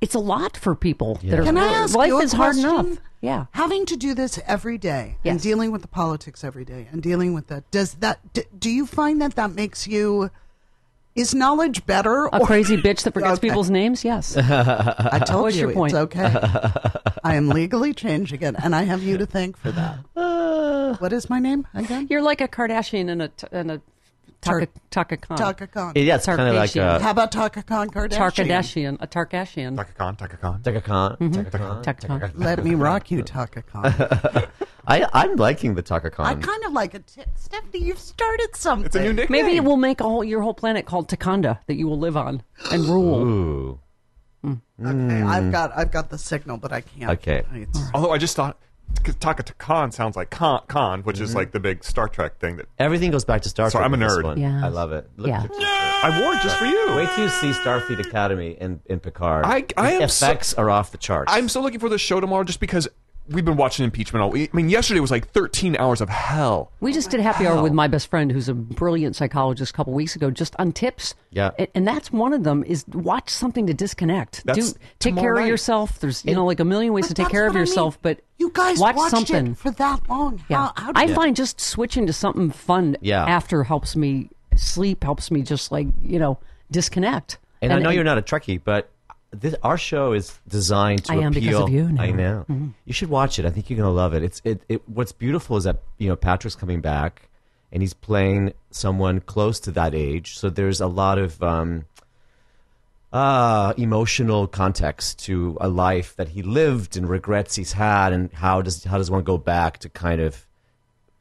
[SPEAKER 1] it's a lot for people that are.
[SPEAKER 3] Can I ask
[SPEAKER 1] life
[SPEAKER 3] you a
[SPEAKER 1] is hard
[SPEAKER 3] question?
[SPEAKER 1] enough. Yeah.
[SPEAKER 3] Having to do this every day and
[SPEAKER 1] Yes.
[SPEAKER 3] dealing with the politics every day and dealing with that does that d- do you find that that makes you is knowledge better
[SPEAKER 1] A
[SPEAKER 3] or- [LAUGHS]
[SPEAKER 1] crazy bitch that forgets
[SPEAKER 3] Okay.
[SPEAKER 1] people's names. Yes.
[SPEAKER 3] I told
[SPEAKER 1] What's
[SPEAKER 3] you
[SPEAKER 1] your point?
[SPEAKER 3] it's okay. I am legally changing it and I
[SPEAKER 1] [SIGHS]
[SPEAKER 3] have you to thank for that. what is my name again?
[SPEAKER 1] You're like a Kardashian and a t- and a Taka,
[SPEAKER 3] Tar-
[SPEAKER 1] Taka Khan.
[SPEAKER 3] Taka Khan.
[SPEAKER 4] Yeah, it's kind of like uh,
[SPEAKER 1] Tarkashian.
[SPEAKER 4] a
[SPEAKER 3] How about Taka Khan Kardashian?
[SPEAKER 1] Tarkadashian. A Tarkashian.
[SPEAKER 2] Taka Khan, Taka Khan.
[SPEAKER 4] Taka Khan.
[SPEAKER 1] Mm-hmm.
[SPEAKER 4] Taka Khan.
[SPEAKER 1] Taka Khan.
[SPEAKER 3] Let me rock you, Taka Khan.
[SPEAKER 1] [LAUGHS]
[SPEAKER 4] I, I'm liking the Taka Khan.
[SPEAKER 3] I kind of like it. too. Stephanie, you've started
[SPEAKER 2] [LAUGHS]
[SPEAKER 3] something.
[SPEAKER 2] It's a new nickname.
[SPEAKER 1] Maybe it will make a whole, your whole planet called Takanda that you will live on and rule.
[SPEAKER 4] Ooh.
[SPEAKER 3] Okay,
[SPEAKER 1] Hmm.
[SPEAKER 3] I've got I've got the signal, but I can't.
[SPEAKER 4] Okay.
[SPEAKER 3] It's-
[SPEAKER 2] Although I just thought 'cause Taka to Khan sounds like Khan, Khan which
[SPEAKER 1] Mm-hmm.
[SPEAKER 2] is like the big Star Trek thing that
[SPEAKER 4] Everything goes back to Star
[SPEAKER 2] So
[SPEAKER 4] Trek.
[SPEAKER 2] I'm a
[SPEAKER 4] with this
[SPEAKER 2] nerd.
[SPEAKER 4] one.
[SPEAKER 1] Yes.
[SPEAKER 4] I love it. Look
[SPEAKER 1] Yeah.
[SPEAKER 4] at you.
[SPEAKER 2] I wore just for you.
[SPEAKER 4] Wait till you see Starfleet Academy in, in Picard.
[SPEAKER 2] I- I
[SPEAKER 4] the
[SPEAKER 2] am so-
[SPEAKER 4] effects are off the charts.
[SPEAKER 2] I'm still looking for the show tomorrow just because we've been watching impeachment all. I mean, yesterday was like 13 hours of hell.
[SPEAKER 3] Oh
[SPEAKER 1] We just did happy hour with my best friend, who's a brilliant psychologist, a couple weeks ago, just on tips.
[SPEAKER 4] Yeah.
[SPEAKER 1] and, and that's one of them is watch something to disconnect.
[SPEAKER 2] That's
[SPEAKER 1] Do take
[SPEAKER 2] tomorrow
[SPEAKER 1] care of
[SPEAKER 2] night.
[SPEAKER 1] yourself. There's you know like a million ways
[SPEAKER 3] But
[SPEAKER 1] to take
[SPEAKER 3] that's
[SPEAKER 1] care of
[SPEAKER 3] what I mean.
[SPEAKER 1] yourself, but
[SPEAKER 3] you guys
[SPEAKER 1] watch
[SPEAKER 3] watched
[SPEAKER 1] something
[SPEAKER 3] it for that long.
[SPEAKER 1] Yeah,
[SPEAKER 3] How, how
[SPEAKER 1] I
[SPEAKER 3] did
[SPEAKER 1] find just switching to something fun
[SPEAKER 4] Yeah.
[SPEAKER 1] after helps me sleep, helps me just like you know disconnect.
[SPEAKER 4] and, I know you're not a Trekkie, but this, our show is designed to
[SPEAKER 1] I am because
[SPEAKER 4] appeal.
[SPEAKER 1] of you Mm-hmm. now.
[SPEAKER 4] I know. You should watch it. I think you're gonna love it. It's it, it. What's beautiful is that you know Patrick's coming back, and he's playing someone close to that age. So there's a lot of um, uh, emotional context to a life that he lived and regrets he's had, and how does how does one go back to kind of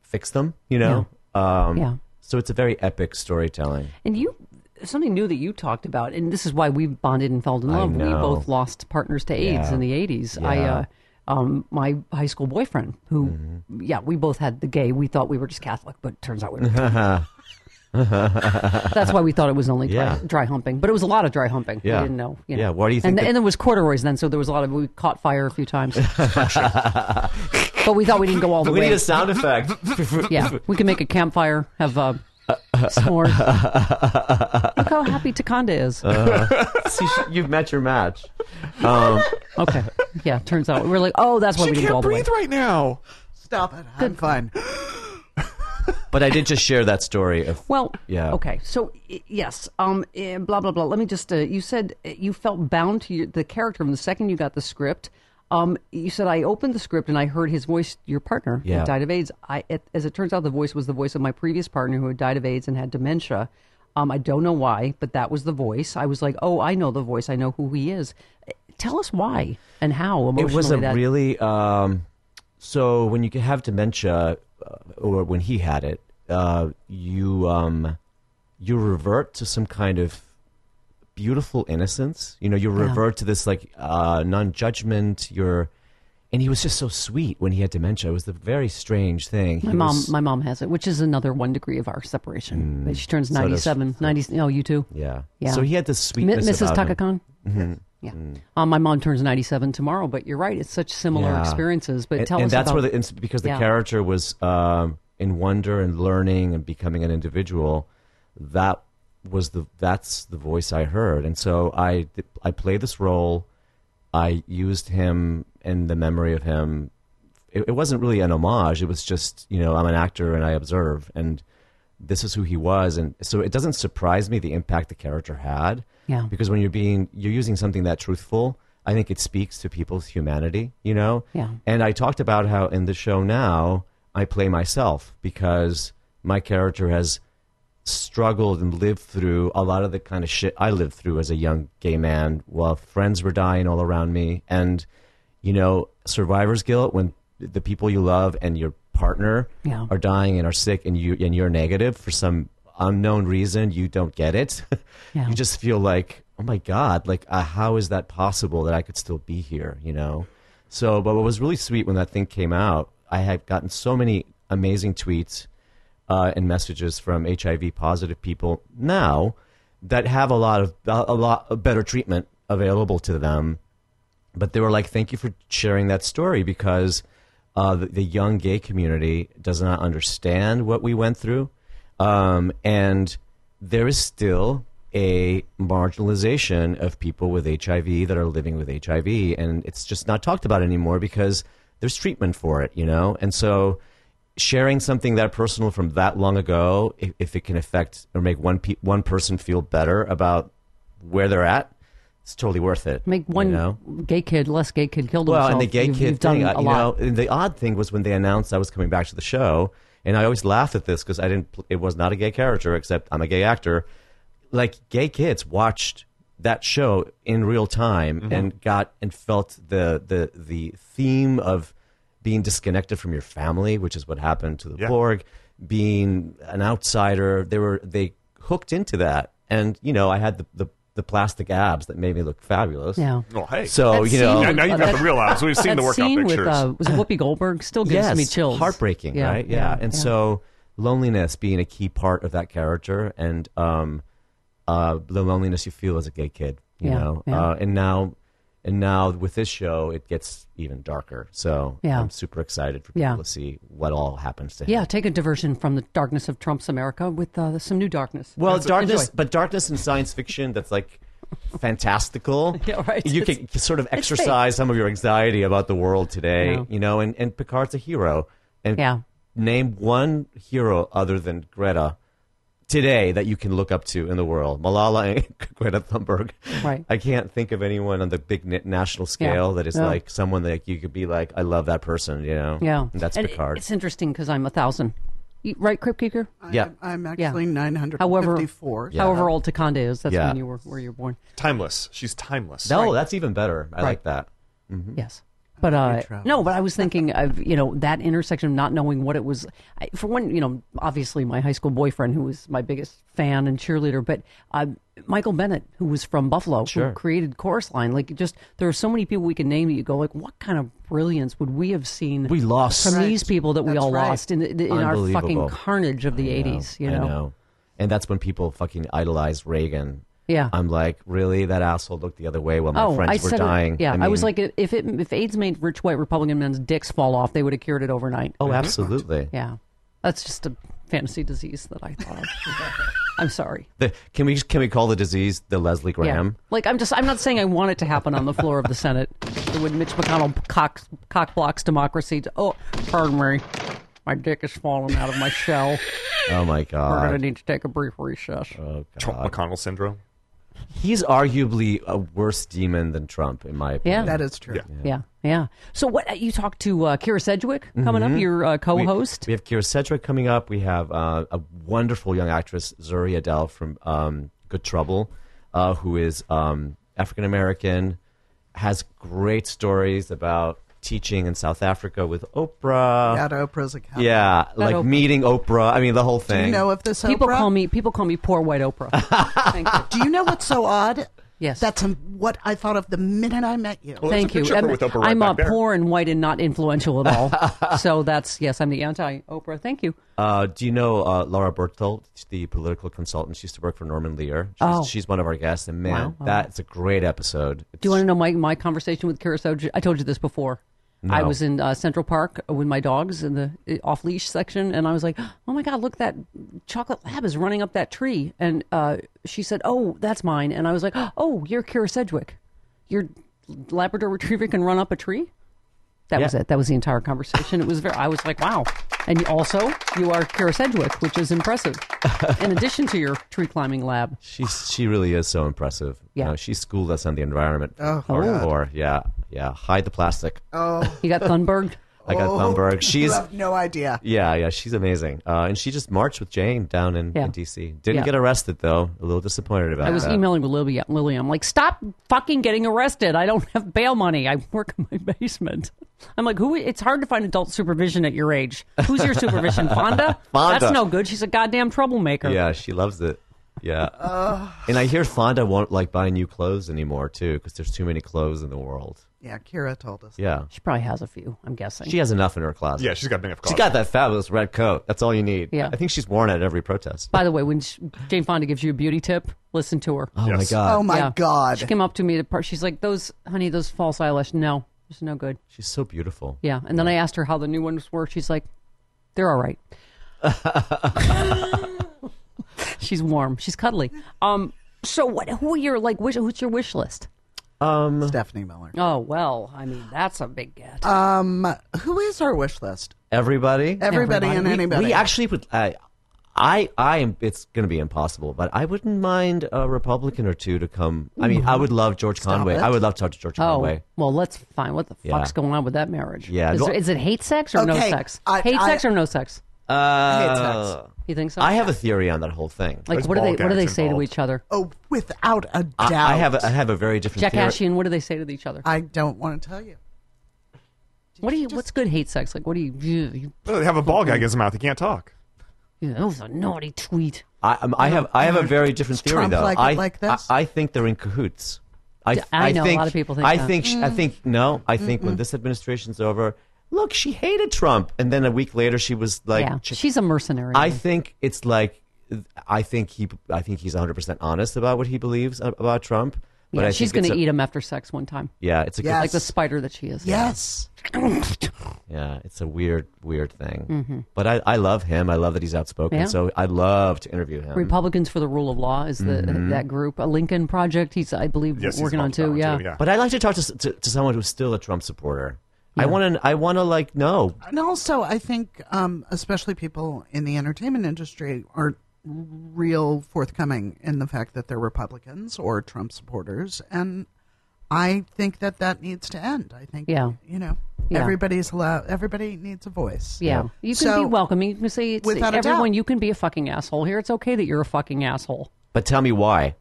[SPEAKER 4] fix them? You know. Um,
[SPEAKER 1] Yeah.
[SPEAKER 4] So it's a very epic storytelling.
[SPEAKER 1] And you, something new that you talked about, and this is why we bonded and fell in love. We
[SPEAKER 4] know.
[SPEAKER 1] both lost partners to AIDS
[SPEAKER 4] Yeah.
[SPEAKER 1] in the 80s. I,
[SPEAKER 4] Yeah.
[SPEAKER 1] uh, um, my high school boyfriend, who,
[SPEAKER 4] Mm-hmm.
[SPEAKER 1] yeah, we both had the gay. We thought we were just Catholic, but turns out we were.
[SPEAKER 4] [LAUGHS]
[SPEAKER 1] That's why we thought it was only dry,
[SPEAKER 4] Yeah.
[SPEAKER 1] dry humping, but it was a lot of dry humping.
[SPEAKER 4] Yeah.
[SPEAKER 1] We didn't know. you
[SPEAKER 4] Yeah,
[SPEAKER 1] know.
[SPEAKER 4] why do you think
[SPEAKER 1] And,
[SPEAKER 4] that-
[SPEAKER 1] and there was corduroys then, so there was a lot of we caught fire a few
[SPEAKER 4] [LAUGHS]
[SPEAKER 1] times. but we thought we didn't go all the
[SPEAKER 4] We
[SPEAKER 1] way.
[SPEAKER 4] need
[SPEAKER 1] [LAUGHS]
[SPEAKER 4] a sound effect.
[SPEAKER 2] [LAUGHS]
[SPEAKER 1] Yeah, we can make a campfire, have uh, s'mores. Look how happy Takanda is.
[SPEAKER 4] See, you've met your match. Um,
[SPEAKER 1] Okay, yeah. Turns out we're like, oh, that's why
[SPEAKER 2] She
[SPEAKER 1] we didn't go all
[SPEAKER 2] can't
[SPEAKER 1] the way.
[SPEAKER 2] breathe right now.
[SPEAKER 3] stop it. I'm fine.
[SPEAKER 4] but I did just share that story of
[SPEAKER 1] Well,
[SPEAKER 4] Yeah.
[SPEAKER 1] Okay, so i- yes, um, eh, blah blah blah. Let me just. Uh, you said eh, you felt bound to your, the character from the second you got the script. Um, you said I opened the script and I heard his voice. Your partner
[SPEAKER 4] Yeah.
[SPEAKER 1] who died of AIDS. I, it, as it turns out, the voice was the voice of my previous partner who had died of AIDS and had dementia. Um, I don't know why, but that was the voice. I was like, oh, I know the voice. I know who he is. Eh, Tell us why and how emotionally
[SPEAKER 4] it was a
[SPEAKER 1] that.
[SPEAKER 4] really um, so when you have dementia uh, or when he had it uh, you um, you revert to some kind of beautiful innocence you know you revert to this like uh, non-judgment you're and he was just so sweet when he had dementia it was a very strange thing
[SPEAKER 1] my
[SPEAKER 4] He
[SPEAKER 1] mom,
[SPEAKER 4] was-
[SPEAKER 1] my mom has it, which is another one degree of our separation. she turns
[SPEAKER 4] Hmm. does-
[SPEAKER 1] 97, 90, oh, you too.
[SPEAKER 4] yeah
[SPEAKER 1] Yeah.
[SPEAKER 4] so he had this
[SPEAKER 1] M-
[SPEAKER 4] sweetness
[SPEAKER 1] Mrs.
[SPEAKER 4] about Mm-hmm. him.
[SPEAKER 1] Takakan? Yeah. Um, my mom turns 97 tomorrow, but you're right. It's such similar
[SPEAKER 4] Yeah.
[SPEAKER 1] experiences. But
[SPEAKER 4] and,
[SPEAKER 1] tell
[SPEAKER 4] and
[SPEAKER 1] us
[SPEAKER 4] that's
[SPEAKER 1] about,
[SPEAKER 4] where the it's because the
[SPEAKER 1] Yeah.
[SPEAKER 4] character was um, in wonder and learning and becoming an individual. That was the that's the voice I heard, and so I th- I played this role. I used him and the memory of him. It, it wasn't really an homage. It was just you know I'm an actor and I observe, and this is who he was, and so it doesn't surprise me the impact the character had.
[SPEAKER 1] Yeah.
[SPEAKER 4] because when you're being you're using something that truthful. I think it speaks to people's humanity, you know?
[SPEAKER 1] Yeah.
[SPEAKER 4] And I talked about how in the show now I play myself because my character has struggled and lived through a lot of the kind of shit I lived through as a young gay man while friends were dying all around me and you know survivor's guilt when the people you love and your partner
[SPEAKER 1] Yeah.
[SPEAKER 4] are dying and are sick and you and you're negative for some unknown reason you don't get it [LAUGHS]
[SPEAKER 1] Yeah.
[SPEAKER 4] you just feel like oh my god like uh, how is that possible that I could still be here you know so but what was really sweet when that thing came out I had gotten so many amazing tweets uh, and messages from HIV positive people now that have a lot of a lot of better treatment available to them. But they were like, "Thank you for sharing that story because uh, the, the young gay community does not understand what we went through, um, and there is still." A marginalization of people with HIV that are living with HIV, and it's just not talked about anymore because there's treatment for it, you know. And so, sharing something that personal from that long ago, if, if it can affect or make one pe- one person feel better about where they're at, it's totally worth it.
[SPEAKER 1] make one
[SPEAKER 4] you know?
[SPEAKER 1] gay kid, less gay kid killed
[SPEAKER 4] Well,
[SPEAKER 1] himself.
[SPEAKER 4] and the gay
[SPEAKER 1] You've-
[SPEAKER 4] kid
[SPEAKER 1] you've
[SPEAKER 4] thing,
[SPEAKER 1] done
[SPEAKER 4] uh,
[SPEAKER 1] a
[SPEAKER 4] you
[SPEAKER 1] lot.
[SPEAKER 4] know, and the odd thing was when they announced I was coming back to the show, and I always laughed at this because I didn't. pl- It was not a gay character, except I'm a gay actor. Like gay kids watched that show in real time
[SPEAKER 1] Mm-hmm.
[SPEAKER 4] and got and felt the the the theme of being disconnected from your family, which is what happened to the
[SPEAKER 2] Yeah.
[SPEAKER 4] Borg, being an outsider. They were they hooked into that, and you know I had the the, the plastic abs that made me look fabulous.
[SPEAKER 1] Yeah.
[SPEAKER 2] Well, hey.
[SPEAKER 4] So
[SPEAKER 1] That
[SPEAKER 4] you know,
[SPEAKER 1] scene
[SPEAKER 2] Yeah, now you've got the real abs. We've seen
[SPEAKER 1] uh, that
[SPEAKER 2] the workout
[SPEAKER 1] scene
[SPEAKER 2] pictures.
[SPEAKER 1] With, uh,
[SPEAKER 4] [LAUGHS]
[SPEAKER 1] was it Whoopi Goldberg? Still gives
[SPEAKER 4] yes,
[SPEAKER 1] me chills.
[SPEAKER 4] heartbreaking, right? Yeah, and so loneliness being a key part of that character, and um, uh, the loneliness you feel as a gay kid, you
[SPEAKER 1] Yeah,
[SPEAKER 4] know,
[SPEAKER 1] yeah.
[SPEAKER 4] Uh, and now, and now with this show, it gets even darker. So
[SPEAKER 1] Yeah.
[SPEAKER 4] I'm super excited for people
[SPEAKER 1] Yeah.
[SPEAKER 4] to see what all happens to him.
[SPEAKER 1] Yeah, take a diversion from the darkness of Trump's America with uh, some new darkness.
[SPEAKER 4] Well,
[SPEAKER 1] That's-
[SPEAKER 4] darkness,
[SPEAKER 1] enjoy.
[SPEAKER 4] but darkness in science fiction that's like fantastical.
[SPEAKER 1] [LAUGHS] Yeah, right.
[SPEAKER 4] You
[SPEAKER 1] It's-
[SPEAKER 4] can sort of
[SPEAKER 1] fake.
[SPEAKER 4] exercise some of your anxiety about the world today,
[SPEAKER 1] Yeah.
[SPEAKER 4] you know. And, and Picard's a hero. And
[SPEAKER 1] Yeah.
[SPEAKER 4] name one hero other than Greta today that you can look up to in the world. Malala [LAUGHS] and Greta Thunberg.
[SPEAKER 1] Right.
[SPEAKER 4] I can't think of anyone on the big na- national scale that is
[SPEAKER 1] No.
[SPEAKER 4] like someone that you could be like, I love that person, you know.
[SPEAKER 1] Yeah,
[SPEAKER 4] And Mm, that's
[SPEAKER 1] And it-
[SPEAKER 4] Picard.
[SPEAKER 1] It's interesting because I'm a thousand, You- right, Crypt Keeper?
[SPEAKER 4] yeah.
[SPEAKER 3] I'm
[SPEAKER 1] Yeah.
[SPEAKER 3] actually 954.
[SPEAKER 1] However,
[SPEAKER 4] Yeah.
[SPEAKER 1] however old Takanda is, that's
[SPEAKER 4] Yeah.
[SPEAKER 1] when you were where you were born.
[SPEAKER 2] timeless. She's timeless.
[SPEAKER 4] No, that's even better. I like that.
[SPEAKER 1] Yes. But uh,
[SPEAKER 3] travels.
[SPEAKER 1] no, but I was thinking of you know that intersection of not knowing what it was. I, for one, you know, obviously my high school boyfriend, who was my biggest fan and cheerleader, but uh, Michael Bennett, who was from Buffalo, who created Chorus Line. Like, just there are so many people we can name that you go like, what kind of brilliance would we have seen
[SPEAKER 4] We lost.
[SPEAKER 1] from these people that we
[SPEAKER 3] That's
[SPEAKER 1] all
[SPEAKER 3] right.
[SPEAKER 1] lost in, in our fucking
[SPEAKER 4] Unbelievable.
[SPEAKER 1] carnage of the
[SPEAKER 4] I know,
[SPEAKER 1] '80s? You
[SPEAKER 4] I
[SPEAKER 1] know,
[SPEAKER 4] And that's when people fucking idolize Reagan.
[SPEAKER 1] yeah.
[SPEAKER 4] I'm like, really? That asshole looked the other way while my
[SPEAKER 1] oh,
[SPEAKER 4] friends
[SPEAKER 1] I
[SPEAKER 4] were
[SPEAKER 1] said, it-
[SPEAKER 4] dying.
[SPEAKER 1] yeah. I, was
[SPEAKER 4] mean-
[SPEAKER 1] like, if it, if AIDS made rich white Republican men's dicks fall off, they would have cured it overnight.
[SPEAKER 4] oh, absolutely.
[SPEAKER 1] Yeah. That's just a fantasy disease that I
[SPEAKER 2] [LAUGHS]
[SPEAKER 1] thought of. I'm sorry.
[SPEAKER 4] The, can we can we call the disease the Leslie Graham?
[SPEAKER 1] Yeah. Like, I'm just, I'm not saying I want it to happen on the floor of the Senate. It would Mitch McConnell cock, cock blocks democracy. To, oh, pardon me. My dick is falling out of my shell.
[SPEAKER 2] [LAUGHS]
[SPEAKER 4] Oh my
[SPEAKER 1] We're going to
[SPEAKER 4] god.
[SPEAKER 1] need to take a brief recess.
[SPEAKER 2] Uh, Trump McConnell syndrome.
[SPEAKER 4] He's arguably a worse demon than Trump in my opinion.
[SPEAKER 1] yeah.
[SPEAKER 3] That is true.
[SPEAKER 1] Yeah. Yeah. So, what, you talked to uh, Kira Sedgwick coming
[SPEAKER 2] Mm-hmm.
[SPEAKER 1] up, your uh, co
[SPEAKER 4] We-
[SPEAKER 1] host.
[SPEAKER 4] We, have Kira Sedgwick coming up. We have uh, a wonderful young actress, Zuri Adele from um, Good Trouble, uh, who is um, African American, has great stories about teaching in South Africa with Oprah.
[SPEAKER 3] Out Oprah's account.
[SPEAKER 4] Yeah, like
[SPEAKER 1] Oprah.
[SPEAKER 4] meeting Oprah. I mean, the whole
[SPEAKER 3] Do
[SPEAKER 4] thing.
[SPEAKER 3] you know if this
[SPEAKER 1] People
[SPEAKER 3] Oprah?
[SPEAKER 1] call me, people call me poor white
[SPEAKER 2] [LAUGHS]
[SPEAKER 1] Oprah. Thank you.
[SPEAKER 3] Do you know
[SPEAKER 1] [LAUGHS]
[SPEAKER 3] what's so odd?
[SPEAKER 1] Yes.
[SPEAKER 3] That's um, what I thought of the minute I met you.
[SPEAKER 4] Oh,
[SPEAKER 2] Well,
[SPEAKER 1] Thank
[SPEAKER 2] there's
[SPEAKER 1] you.
[SPEAKER 2] a picture of her
[SPEAKER 1] I'm,
[SPEAKER 2] with Oprah right
[SPEAKER 1] I'm
[SPEAKER 2] back
[SPEAKER 1] uh,
[SPEAKER 2] there.
[SPEAKER 1] poor and white and not influential at all.
[SPEAKER 2] [LAUGHS]
[SPEAKER 1] so that's yes, I'm the anti Oprah. Thank you.
[SPEAKER 4] uh, do you know uh, Laura Bertolt, the political consultant? She used to work for Norman Lear. She's,
[SPEAKER 1] Oh.
[SPEAKER 4] she's one of our guests, and man, that's a great episode.
[SPEAKER 1] Do you want to know my, my conversation with Curacao? I told you this before. I was in uh, Central Park with my dogs in the eh, off leash section, and I was like, [GASPS] "Oh my God, look that chocolate lab is running up that tree." And uh, she said, "Oh, that's mine." And I was like, [GASPS] "Oh, you're Kira Sedgwick. Your Labrador Retriever can run up a tree." That was
[SPEAKER 4] Yeah.
[SPEAKER 1] it. That was the entire conversation. It was very. I was like, "Wow!" And also, you are Kira Sedgwick, which is impressive. in addition to your tree climbing lab,
[SPEAKER 4] She's she really is so impressive.
[SPEAKER 1] Yeah.
[SPEAKER 4] You know, she schooled us on the environment.
[SPEAKER 3] Oh,
[SPEAKER 4] hardcore. Yeah, yeah. Hide the plastic.
[SPEAKER 3] Oh,
[SPEAKER 1] you got Thunberg.
[SPEAKER 4] I got
[SPEAKER 3] [LAUGHS]
[SPEAKER 4] Thunberg.
[SPEAKER 3] you
[SPEAKER 4] She's
[SPEAKER 3] have no idea.
[SPEAKER 4] yeah, yeah. She's amazing. Uh, and she just marched with Jane down in,
[SPEAKER 1] Yeah.
[SPEAKER 4] in D.C. Didn't
[SPEAKER 1] Yeah.
[SPEAKER 4] get arrested though. A little disappointed about.
[SPEAKER 1] I was
[SPEAKER 4] that.
[SPEAKER 1] emailing with Lily. Lily, I'm like, stop fucking getting arrested. I don't have bail money. I work in my basement. I'm like, who? It's hard to find adult supervision at your age. Who's your supervision?
[SPEAKER 4] [LAUGHS]
[SPEAKER 1] Fonda?
[SPEAKER 4] Fonda.
[SPEAKER 1] That's no good. She's a goddamn troublemaker.
[SPEAKER 4] Yeah, she loves it. Yeah.
[SPEAKER 3] Uh.
[SPEAKER 4] and I hear Fonda won't like buy new clothes anymore too because there's too many clothes in the world.
[SPEAKER 3] Yeah, Kira told us.
[SPEAKER 4] Yeah.
[SPEAKER 1] She probably has a few, I'm guessing.
[SPEAKER 4] She has enough in her closet.
[SPEAKER 2] Yeah, she's got big enough.
[SPEAKER 4] She's
[SPEAKER 2] closet.
[SPEAKER 4] got that fabulous red coat. That's all you need.
[SPEAKER 1] Yeah.
[SPEAKER 4] I think she's worn it at every protest.
[SPEAKER 1] By the way, when she, Jane Fonda gives you a beauty tip, listen to her.
[SPEAKER 4] Oh my
[SPEAKER 2] Yes.
[SPEAKER 4] god.
[SPEAKER 3] Oh my
[SPEAKER 1] Yeah.
[SPEAKER 3] God.
[SPEAKER 1] She came up to me at a part. She's like, those, honey, those false eyelashes, no, it's no good.
[SPEAKER 4] She's so beautiful.
[SPEAKER 1] Yeah. And then I asked her how the new ones were. She's like, they're all right. [LAUGHS] She's warm. She's cuddly. Um, so what? Who are your like? Wish, who's your wish list?
[SPEAKER 4] Um,
[SPEAKER 3] Stephanie Miller.
[SPEAKER 1] Oh well, I mean that's a big get.
[SPEAKER 3] Um, who is our wish list?
[SPEAKER 4] Everybody.
[SPEAKER 1] Everybody.
[SPEAKER 3] Everybody, and
[SPEAKER 1] We-
[SPEAKER 3] anybody.
[SPEAKER 4] We actually would. I I, I am. It's going to be impossible, but I wouldn't mind a Republican or two to come. I mean, I would love George Conway.
[SPEAKER 3] it.
[SPEAKER 4] I would love to talk to George
[SPEAKER 1] oh
[SPEAKER 4] Conway.
[SPEAKER 1] well, let's find what the fuck's going on with that marriage.
[SPEAKER 4] Yeah.
[SPEAKER 1] Is, there- is it hate sex or no
[SPEAKER 3] Okay,
[SPEAKER 1] sex?
[SPEAKER 3] I-
[SPEAKER 1] hate
[SPEAKER 3] I-
[SPEAKER 1] sex or no sex?
[SPEAKER 4] Uh,
[SPEAKER 1] You think so?
[SPEAKER 4] I have a theory on that whole thing.
[SPEAKER 1] like
[SPEAKER 2] There's
[SPEAKER 1] what do they
[SPEAKER 2] ball
[SPEAKER 1] what do they
[SPEAKER 2] gags
[SPEAKER 1] say to
[SPEAKER 2] involved.
[SPEAKER 1] each other?
[SPEAKER 3] Oh, without a doubt.
[SPEAKER 4] I, I have a, I have a very different
[SPEAKER 1] Jack
[SPEAKER 4] theory.
[SPEAKER 1] Ashian, what do they say to each other?
[SPEAKER 3] I don't want to tell you.
[SPEAKER 1] What do you? What's good hate sex? Like what do you? You,
[SPEAKER 2] They have a ball gag in his mouth. He can't talk.
[SPEAKER 1] you that was a naughty tweet.
[SPEAKER 4] I, um, I have I have a very different theory
[SPEAKER 3] Trump
[SPEAKER 4] though.
[SPEAKER 3] like it
[SPEAKER 4] I,
[SPEAKER 3] like this?
[SPEAKER 4] I, I think they're in cahoots. I,
[SPEAKER 1] Yeah, I know, a
[SPEAKER 4] think,
[SPEAKER 1] lot of people think Mm.
[SPEAKER 4] I
[SPEAKER 1] that.
[SPEAKER 4] think sh I think no. I think when this administration's over, look, she hated Trump, and then a week later she was like,
[SPEAKER 1] yeah,
[SPEAKER 4] ch-
[SPEAKER 1] she's a mercenary.
[SPEAKER 4] I think it's like, I think he, I think he's 100 percent honest about what he believes ab- about Trump. But
[SPEAKER 1] yeah,
[SPEAKER 4] I
[SPEAKER 1] she's
[SPEAKER 4] think
[SPEAKER 1] going
[SPEAKER 4] it's
[SPEAKER 1] to
[SPEAKER 4] a-
[SPEAKER 1] eat him after sex one time,
[SPEAKER 4] Yeah, it's a
[SPEAKER 3] Yes.
[SPEAKER 1] like the spider that she is.
[SPEAKER 3] Yes.
[SPEAKER 4] yeah, it's a weird, weird thing. But I, I love him. I love that he's outspoken.
[SPEAKER 1] Mm-hmm. Yeah.
[SPEAKER 4] So I love to interview him.
[SPEAKER 1] Republicans for the Rule of Law is the
[SPEAKER 4] Mm-hmm.
[SPEAKER 1] that group. A Lincoln Project. He's I believe
[SPEAKER 2] Yes, he's
[SPEAKER 1] working on
[SPEAKER 2] involved in that
[SPEAKER 1] too.
[SPEAKER 2] one,
[SPEAKER 1] Yeah.
[SPEAKER 2] yeah.
[SPEAKER 4] But I like to talk to, s- to to someone who's still a Trump supporter. I want to. I want to like know.
[SPEAKER 3] And also, I think, um, especially people in the entertainment industry aren't real forthcoming in the fact that they're Republicans or Trump supporters. And I think that that needs to end. I think,
[SPEAKER 1] Yeah.
[SPEAKER 3] you know,
[SPEAKER 1] Yeah.
[SPEAKER 3] everybody's allowed, everybody needs a voice.
[SPEAKER 1] Yeah. You can
[SPEAKER 3] So-
[SPEAKER 1] be welcoming. You can say it's,
[SPEAKER 3] Without a
[SPEAKER 1] everyone.
[SPEAKER 3] doubt.
[SPEAKER 1] You can be a fucking asshole here. It's okay that you're a fucking asshole.
[SPEAKER 4] But tell me why.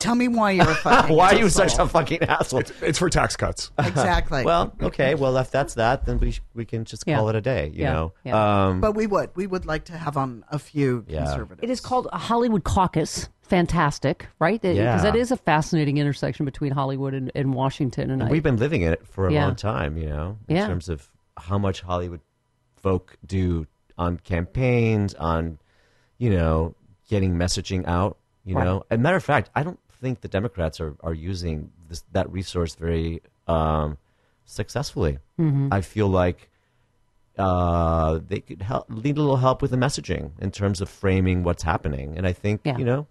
[SPEAKER 3] Tell me why you're a fucking
[SPEAKER 4] [LAUGHS] Why are you
[SPEAKER 3] asshole.
[SPEAKER 4] such a fucking asshole?
[SPEAKER 2] It's for tax cuts.
[SPEAKER 1] Uh,
[SPEAKER 4] [LAUGHS]
[SPEAKER 3] Exactly.
[SPEAKER 4] Well, okay. Well, if that's that, then we sh- we can just
[SPEAKER 1] Yeah.
[SPEAKER 4] call it a day. You
[SPEAKER 1] Yeah.
[SPEAKER 4] know.
[SPEAKER 1] Yeah.
[SPEAKER 4] Um,
[SPEAKER 3] but we would. We would like to have on a few
[SPEAKER 4] Yeah.
[SPEAKER 3] conservatives.
[SPEAKER 1] It is called a Hollywood Caucus. Fantastic, right? Because
[SPEAKER 4] Yeah.
[SPEAKER 1] that is a fascinating intersection between Hollywood and, and Washington. And, I,
[SPEAKER 4] we've been living in it for a
[SPEAKER 1] Yeah.
[SPEAKER 4] long time. You know, in
[SPEAKER 1] Yeah.
[SPEAKER 4] terms of how much Hollywood folk do on campaigns, on you know, getting messaging out. You
[SPEAKER 1] Right.
[SPEAKER 4] know, As a matter of fact, I don't think the Democrats are are using this, that resource very um, successfully.
[SPEAKER 1] Mm-hmm.
[SPEAKER 4] I feel like uh, they could help, need a little help with the messaging in terms of framing what's happening. And I think
[SPEAKER 1] Yeah.
[SPEAKER 4] you know,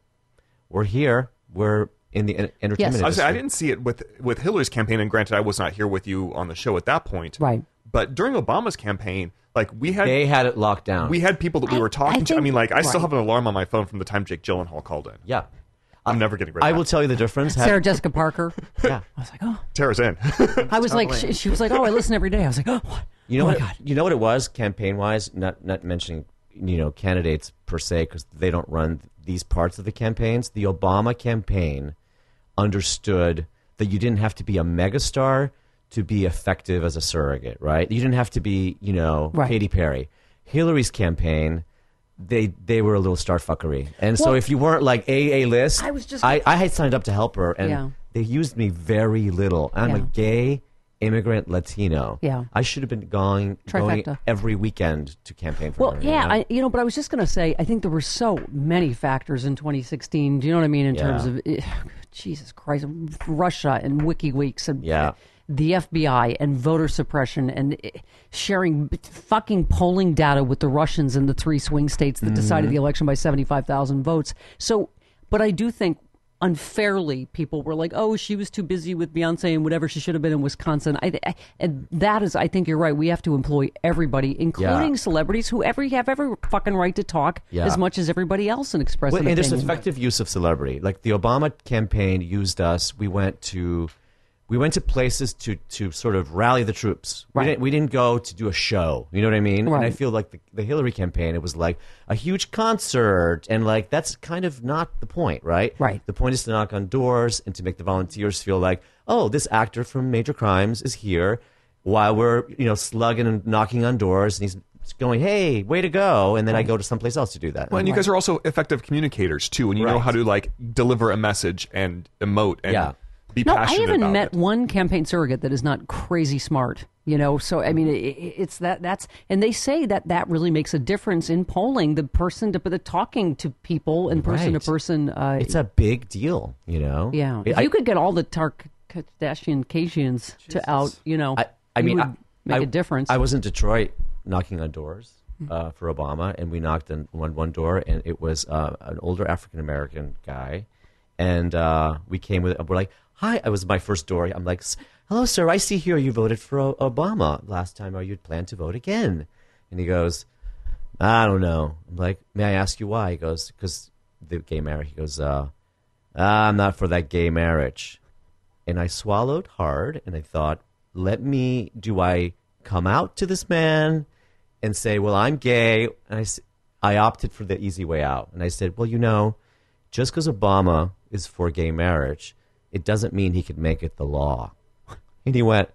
[SPEAKER 4] we're here. We're in the en- entertainment.
[SPEAKER 1] Yes.
[SPEAKER 2] I, was,
[SPEAKER 4] industry.
[SPEAKER 2] I didn't see it with with Hillary's campaign, and granted, I was not here with you on the show at that point.
[SPEAKER 1] Right.
[SPEAKER 2] But during Obama's campaign, like we had
[SPEAKER 4] They had it locked down.
[SPEAKER 2] we had people that we were talking to. I
[SPEAKER 1] think-
[SPEAKER 2] mean, like I still
[SPEAKER 1] right.
[SPEAKER 2] have an alarm on my phone from the time Jake Gyllenhaal called in.
[SPEAKER 4] yeah.
[SPEAKER 2] I'm never getting rid of
[SPEAKER 4] I
[SPEAKER 2] that.
[SPEAKER 4] will tell you the difference. Had-
[SPEAKER 1] Sarah Jessica Parker.
[SPEAKER 4] yeah.
[SPEAKER 1] I was like, oh.
[SPEAKER 2] Tara's in. [LAUGHS]
[SPEAKER 1] I was like, she, she was like, oh, I listen every day. I was like, oh, what?
[SPEAKER 4] You know
[SPEAKER 1] oh
[SPEAKER 4] what?
[SPEAKER 1] my God.
[SPEAKER 4] You know what it was campaign wise. Not not mentioning you know candidates per se because they don't run these parts of the campaigns. The Obama campaign understood that you didn't have to be a megastar to be effective as a surrogate, right? You didn't have to be you know
[SPEAKER 1] Right.
[SPEAKER 4] Katy Perry. Hillary's campaign. They they were a little starfuckery, and so
[SPEAKER 1] Well-
[SPEAKER 4] if you weren't like AA list,
[SPEAKER 1] I was just-
[SPEAKER 4] I, I had signed up to help her, and
[SPEAKER 1] Yeah.
[SPEAKER 4] they used me very little. I'm a
[SPEAKER 1] Yeah.
[SPEAKER 4] gay immigrant Latino.
[SPEAKER 1] Yeah.
[SPEAKER 4] I should have been going, going
[SPEAKER 1] Trifecta.
[SPEAKER 4] every weekend to campaign for
[SPEAKER 1] Well,
[SPEAKER 4] her. you
[SPEAKER 1] yeah,
[SPEAKER 4] know?
[SPEAKER 1] I, you know, but I was just going to say, I think there were so many factors in 2016. Do you know what I mean? In terms
[SPEAKER 4] Yeah.
[SPEAKER 1] of, eh, [SIGHS] Jesus Christ, Russia and WikiLeaks and
[SPEAKER 4] Yeah.
[SPEAKER 1] the FBI and voter suppression and eh, sharing b- fucking polling data with the Russians in the three swing states that decided
[SPEAKER 4] Mm-hmm.
[SPEAKER 1] the election by 75,000 votes. So, but I do think unfairly people were like oh she was too busy with beyonce and whatever she should have been in wisconsin I, I and that is i think you're right we have to employ everybody including celebrities who every have every fucking right to talk
[SPEAKER 4] Yeah.
[SPEAKER 1] as much as everybody else and express
[SPEAKER 4] Well,
[SPEAKER 1] an
[SPEAKER 4] and there's
[SPEAKER 1] opinion.
[SPEAKER 4] effective use of celebrity. Like the Obama campaign used us. We went to, we went to places to to sort of rally the troops.
[SPEAKER 1] Right.
[SPEAKER 4] We didn't, we didn't go to do a show. You know what I mean? And I
[SPEAKER 1] Right.
[SPEAKER 4] feel like the, the Hillary campaign, it was like a huge concert, and like that's kind of not the point, right?
[SPEAKER 1] Right.
[SPEAKER 4] The point is to knock on doors and to make the volunteers feel like, oh, this actor from Major Crimes is here, while we're you know slugging and knocking on doors, and he's going, hey, way to go, and then I go to someplace else to do that.
[SPEAKER 2] Well, and you guys are also effective communicators too, and you know
[SPEAKER 4] Right.
[SPEAKER 2] how to like deliver a message and emote and
[SPEAKER 4] Yeah.
[SPEAKER 2] be
[SPEAKER 1] no i
[SPEAKER 2] passionate
[SPEAKER 1] even
[SPEAKER 2] about
[SPEAKER 1] met
[SPEAKER 2] it.
[SPEAKER 1] one campaign surrogate that is not crazy smart you know so i mean it, it- it's that that's and they say that that really makes a difference in polling the person to the talking to people and person
[SPEAKER 4] Right.
[SPEAKER 1] to person uh,
[SPEAKER 4] it's a big deal, you know.
[SPEAKER 1] yeah if
[SPEAKER 4] I,
[SPEAKER 1] you could get all the Tark Kardashian Kasians to out you know
[SPEAKER 4] I, I
[SPEAKER 1] you
[SPEAKER 4] mean,
[SPEAKER 1] would
[SPEAKER 4] I,
[SPEAKER 1] make
[SPEAKER 4] I-
[SPEAKER 1] a difference Mm-hmm.
[SPEAKER 4] I was in Detroit knocking on doors uh, for Obama, and we knocked on one one door, and it was uh, an older African American guy, and uh, we came with. We're like, "Hi!" I was my first door. I'm like, "S- "Hello, sir. I see here you voted for O- Obama last time. Are you plan to vote again?" And he goes, "I don't know." I'm like, "May I ask you why?" He goes, "Because the gay marriage." He goes, uh, "I'm not for that gay marriage." and I swallowed hard and I thought, let me do I come out to this man? and say, "Well, I'm gay," and I, s- I opted for the easy way out, and I said, "Well, you know, just because Obama is for gay marriage, it doesn't mean he could make it the law." [LAUGHS] And he went,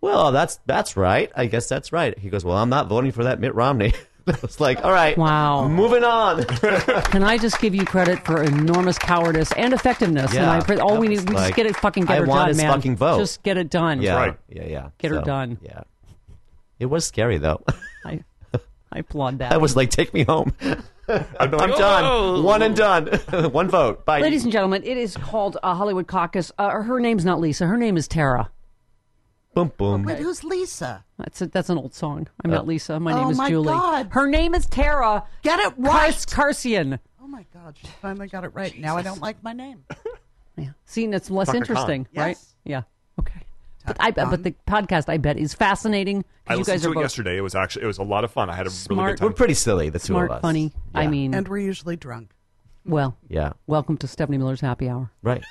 [SPEAKER 4] "Well, that's that's right. I guess that's right." He goes, "Well, I'm not voting for that Mitt Romney." [LAUGHS] I was like, "All right,
[SPEAKER 1] Wow.
[SPEAKER 4] moving on."
[SPEAKER 1] Can I just give you credit for enormous cowardice and effectiveness? And I, pre- all
[SPEAKER 4] that
[SPEAKER 1] we
[SPEAKER 4] was
[SPEAKER 1] need, we
[SPEAKER 4] like,
[SPEAKER 1] just get it fucking get
[SPEAKER 4] I
[SPEAKER 1] her
[SPEAKER 4] want
[SPEAKER 1] done,
[SPEAKER 4] his
[SPEAKER 1] man.
[SPEAKER 4] fucking vote.
[SPEAKER 1] Just get it done.
[SPEAKER 4] yeah,
[SPEAKER 2] right.
[SPEAKER 4] Yeah, yeah.
[SPEAKER 1] Get her done.
[SPEAKER 4] Yeah, it was scary though. [LAUGHS]
[SPEAKER 1] I, I applaud that.
[SPEAKER 4] I was like, "Take
[SPEAKER 2] [LAUGHS]
[SPEAKER 4] me home."
[SPEAKER 2] I'd be like,
[SPEAKER 4] I'm done.
[SPEAKER 2] "Oh."
[SPEAKER 4] One and done. [LAUGHS] One vote. Bye.
[SPEAKER 1] Ladies and gentlemen, it is called uh, Hollywood Caucus. Uh, her name's not Lisa. Her name is Tara.
[SPEAKER 4] boom, boom.
[SPEAKER 3] Wait, who's Lisa?
[SPEAKER 1] That's a, that's an old song. I'm not Lisa. My name
[SPEAKER 3] Oh
[SPEAKER 1] is
[SPEAKER 3] my
[SPEAKER 1] Julie.
[SPEAKER 3] God.
[SPEAKER 1] Her name is Tara.
[SPEAKER 3] Get it
[SPEAKER 1] Kars-
[SPEAKER 3] right.
[SPEAKER 1] Karsian.
[SPEAKER 3] Oh my God, she finally got it right. Now I don't like my name.
[SPEAKER 1] Yeah. See, that's less
[SPEAKER 2] Taka
[SPEAKER 1] interesting,
[SPEAKER 3] Khan.
[SPEAKER 1] right?
[SPEAKER 3] Yes.
[SPEAKER 1] Yeah. Okay. But I
[SPEAKER 3] Khan.
[SPEAKER 1] but the podcast I bet is fascinating. 'cause
[SPEAKER 2] I
[SPEAKER 1] you
[SPEAKER 2] listened
[SPEAKER 1] guys are
[SPEAKER 2] to it
[SPEAKER 1] both
[SPEAKER 2] yesterday. It was actually it was a lot of fun. I had a really
[SPEAKER 1] Smart.
[SPEAKER 2] good time.
[SPEAKER 4] We're pretty silly, the two
[SPEAKER 1] smart,
[SPEAKER 4] of us.
[SPEAKER 1] funny. I
[SPEAKER 4] Yeah.
[SPEAKER 1] mean,
[SPEAKER 3] And we're usually drunk.
[SPEAKER 1] well,
[SPEAKER 4] yeah,
[SPEAKER 1] welcome to Stephanie Miller's Happy Hour.
[SPEAKER 4] right.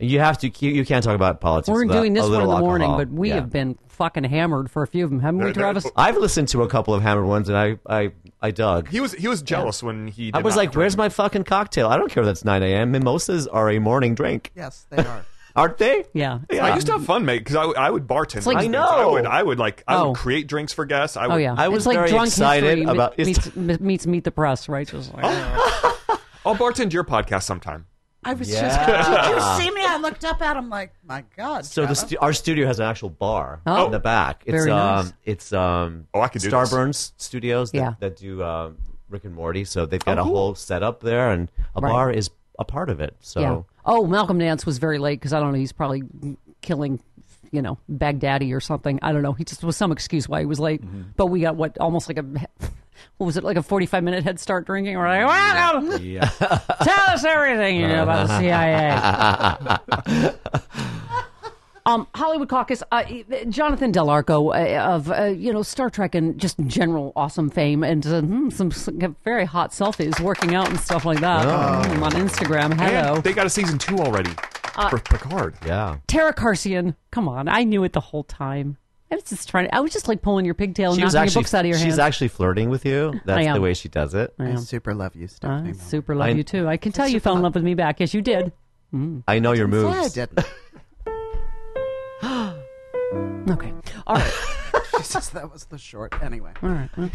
[SPEAKER 4] you have to. You, you can't talk about politics.
[SPEAKER 1] We're
[SPEAKER 4] without
[SPEAKER 1] doing this
[SPEAKER 4] a
[SPEAKER 1] one in the
[SPEAKER 4] little
[SPEAKER 1] morning,
[SPEAKER 4] alcohol.
[SPEAKER 1] but we
[SPEAKER 4] Yeah.
[SPEAKER 1] have been fucking hammered for a few of them,
[SPEAKER 4] [LAUGHS]
[SPEAKER 1] haven't we,
[SPEAKER 2] They're- they're-
[SPEAKER 1] Travis?
[SPEAKER 4] I've listened to a couple of hammered ones, and I, I, I dug.
[SPEAKER 2] He was he was jealous when he. Did
[SPEAKER 4] I was
[SPEAKER 2] not
[SPEAKER 4] like,
[SPEAKER 2] join.
[SPEAKER 4] "Where's my fucking cocktail? I don't care if that's 9 a.m. Mimosas are a morning drink,
[SPEAKER 3] Yes, they [LAUGHS] are.
[SPEAKER 4] aren't they?
[SPEAKER 1] Yeah.
[SPEAKER 2] I used to have fun, mate, because I, would- I would bartend.
[SPEAKER 1] like-
[SPEAKER 2] these
[SPEAKER 4] I
[SPEAKER 2] things.
[SPEAKER 4] know.
[SPEAKER 2] I would. I would like. I
[SPEAKER 1] Oh.
[SPEAKER 2] would create drinks for guests. I would,
[SPEAKER 1] Oh yeah,
[SPEAKER 4] I
[SPEAKER 1] it's
[SPEAKER 4] was
[SPEAKER 1] like
[SPEAKER 4] very
[SPEAKER 1] drunk
[SPEAKER 4] excited
[SPEAKER 1] history me-
[SPEAKER 4] about-
[SPEAKER 1] meets, me- meets meet the press, right? Just
[SPEAKER 4] [GASPS]
[SPEAKER 1] like, oh.
[SPEAKER 2] I'll bartend your podcast sometime.
[SPEAKER 3] I was
[SPEAKER 4] [LAUGHS] Yeah.
[SPEAKER 3] just. Did you see me? I looked up at him like, my God.
[SPEAKER 4] So the
[SPEAKER 3] Travis.
[SPEAKER 4] stu- our studio has an actual bar
[SPEAKER 1] Oh.
[SPEAKER 4] in the back. It's
[SPEAKER 1] Very
[SPEAKER 4] um
[SPEAKER 1] nice.
[SPEAKER 4] it's um
[SPEAKER 2] Oh, I could do this.
[SPEAKER 4] Starburns Studios that,
[SPEAKER 1] Yeah. Oh,
[SPEAKER 4] that do um, Rick and Morty. So they've got a whole setup there and a
[SPEAKER 1] Right.
[SPEAKER 4] bar is a part of it. So
[SPEAKER 1] yeah. Oh, Malcolm Nance was very late because I don't know. He's probably killing, you know, Baghdadi or something. I don't know. He just was some excuse why he was late. But we got what almost like a. [LAUGHS] What was it like a forty-five minute head start drinking? We're like, welcome. [LAUGHS] Tell us everything you know about the CIA. um, Hollywood Caucus. Uh, Jonathan Del Arco uh, of uh, you know Star Trek and just general awesome fame and uh, hmm, some, some very hot selfies working out and stuff like that Hmm, on Instagram. Hello, Uh,
[SPEAKER 2] And they got a season two already for Picard.
[SPEAKER 4] yeah.
[SPEAKER 1] Tara Carsian, come on! I knew it the whole time. I was just trying. I was just like pulling your pigtail and
[SPEAKER 4] She was
[SPEAKER 1] knocking your
[SPEAKER 4] actually
[SPEAKER 1] books out of your
[SPEAKER 4] she's
[SPEAKER 1] hands.
[SPEAKER 4] actually flirting
[SPEAKER 1] [LAUGHS]
[SPEAKER 4] with you. That's
[SPEAKER 1] am.
[SPEAKER 4] the way she does it.
[SPEAKER 3] I super love you, Stephanie.
[SPEAKER 1] I
[SPEAKER 3] Miller.
[SPEAKER 1] super love
[SPEAKER 4] I-
[SPEAKER 1] you too. I can tell you fell in love with me back. Yes, you did.
[SPEAKER 4] I know your
[SPEAKER 3] Yeah, I
[SPEAKER 4] moves.
[SPEAKER 3] didn't. [LAUGHS]
[SPEAKER 1] Okay. All
[SPEAKER 4] [LAUGHS]
[SPEAKER 1] right.
[SPEAKER 3] Jesus, that was the short. Anyway.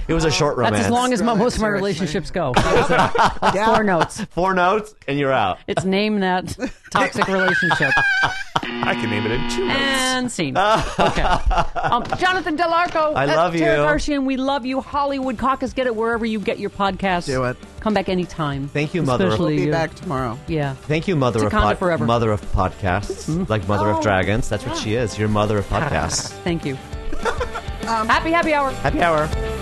[SPEAKER 4] It was a short romance.
[SPEAKER 1] That's as long as my,
[SPEAKER 3] Romance,
[SPEAKER 1] most of my
[SPEAKER 3] seriously.
[SPEAKER 1] relationships
[SPEAKER 4] [LAUGHS]
[SPEAKER 1] go.
[SPEAKER 3] Yeah.
[SPEAKER 1] Four notes.
[SPEAKER 4] Four notes and you're out.
[SPEAKER 1] It's name that toxic
[SPEAKER 4] [LAUGHS]
[SPEAKER 1] relationship
[SPEAKER 2] I can name it in two minutes.
[SPEAKER 1] and scene. Okay. Um, Jonathan Delarco.
[SPEAKER 4] I love you.
[SPEAKER 1] Tara Carsian, we love you. Hollywood Caucus, get it wherever you get your podcasts.
[SPEAKER 3] Do it.
[SPEAKER 1] Come back anytime.
[SPEAKER 4] Thank you, mother of-
[SPEAKER 1] Especially
[SPEAKER 3] Be
[SPEAKER 1] you.
[SPEAKER 3] back tomorrow.
[SPEAKER 1] Yeah.
[SPEAKER 4] Thank you, mother of
[SPEAKER 1] Takanda
[SPEAKER 4] pod-
[SPEAKER 1] forever. Mm-hmm.
[SPEAKER 4] mother of podcasts, like mother
[SPEAKER 2] Oh.
[SPEAKER 4] of dragons.
[SPEAKER 2] [LAUGHS]
[SPEAKER 4] That's what she is. Your mother of podcasts.
[SPEAKER 1] Thank you. happy, happy hour.
[SPEAKER 4] Happy hour.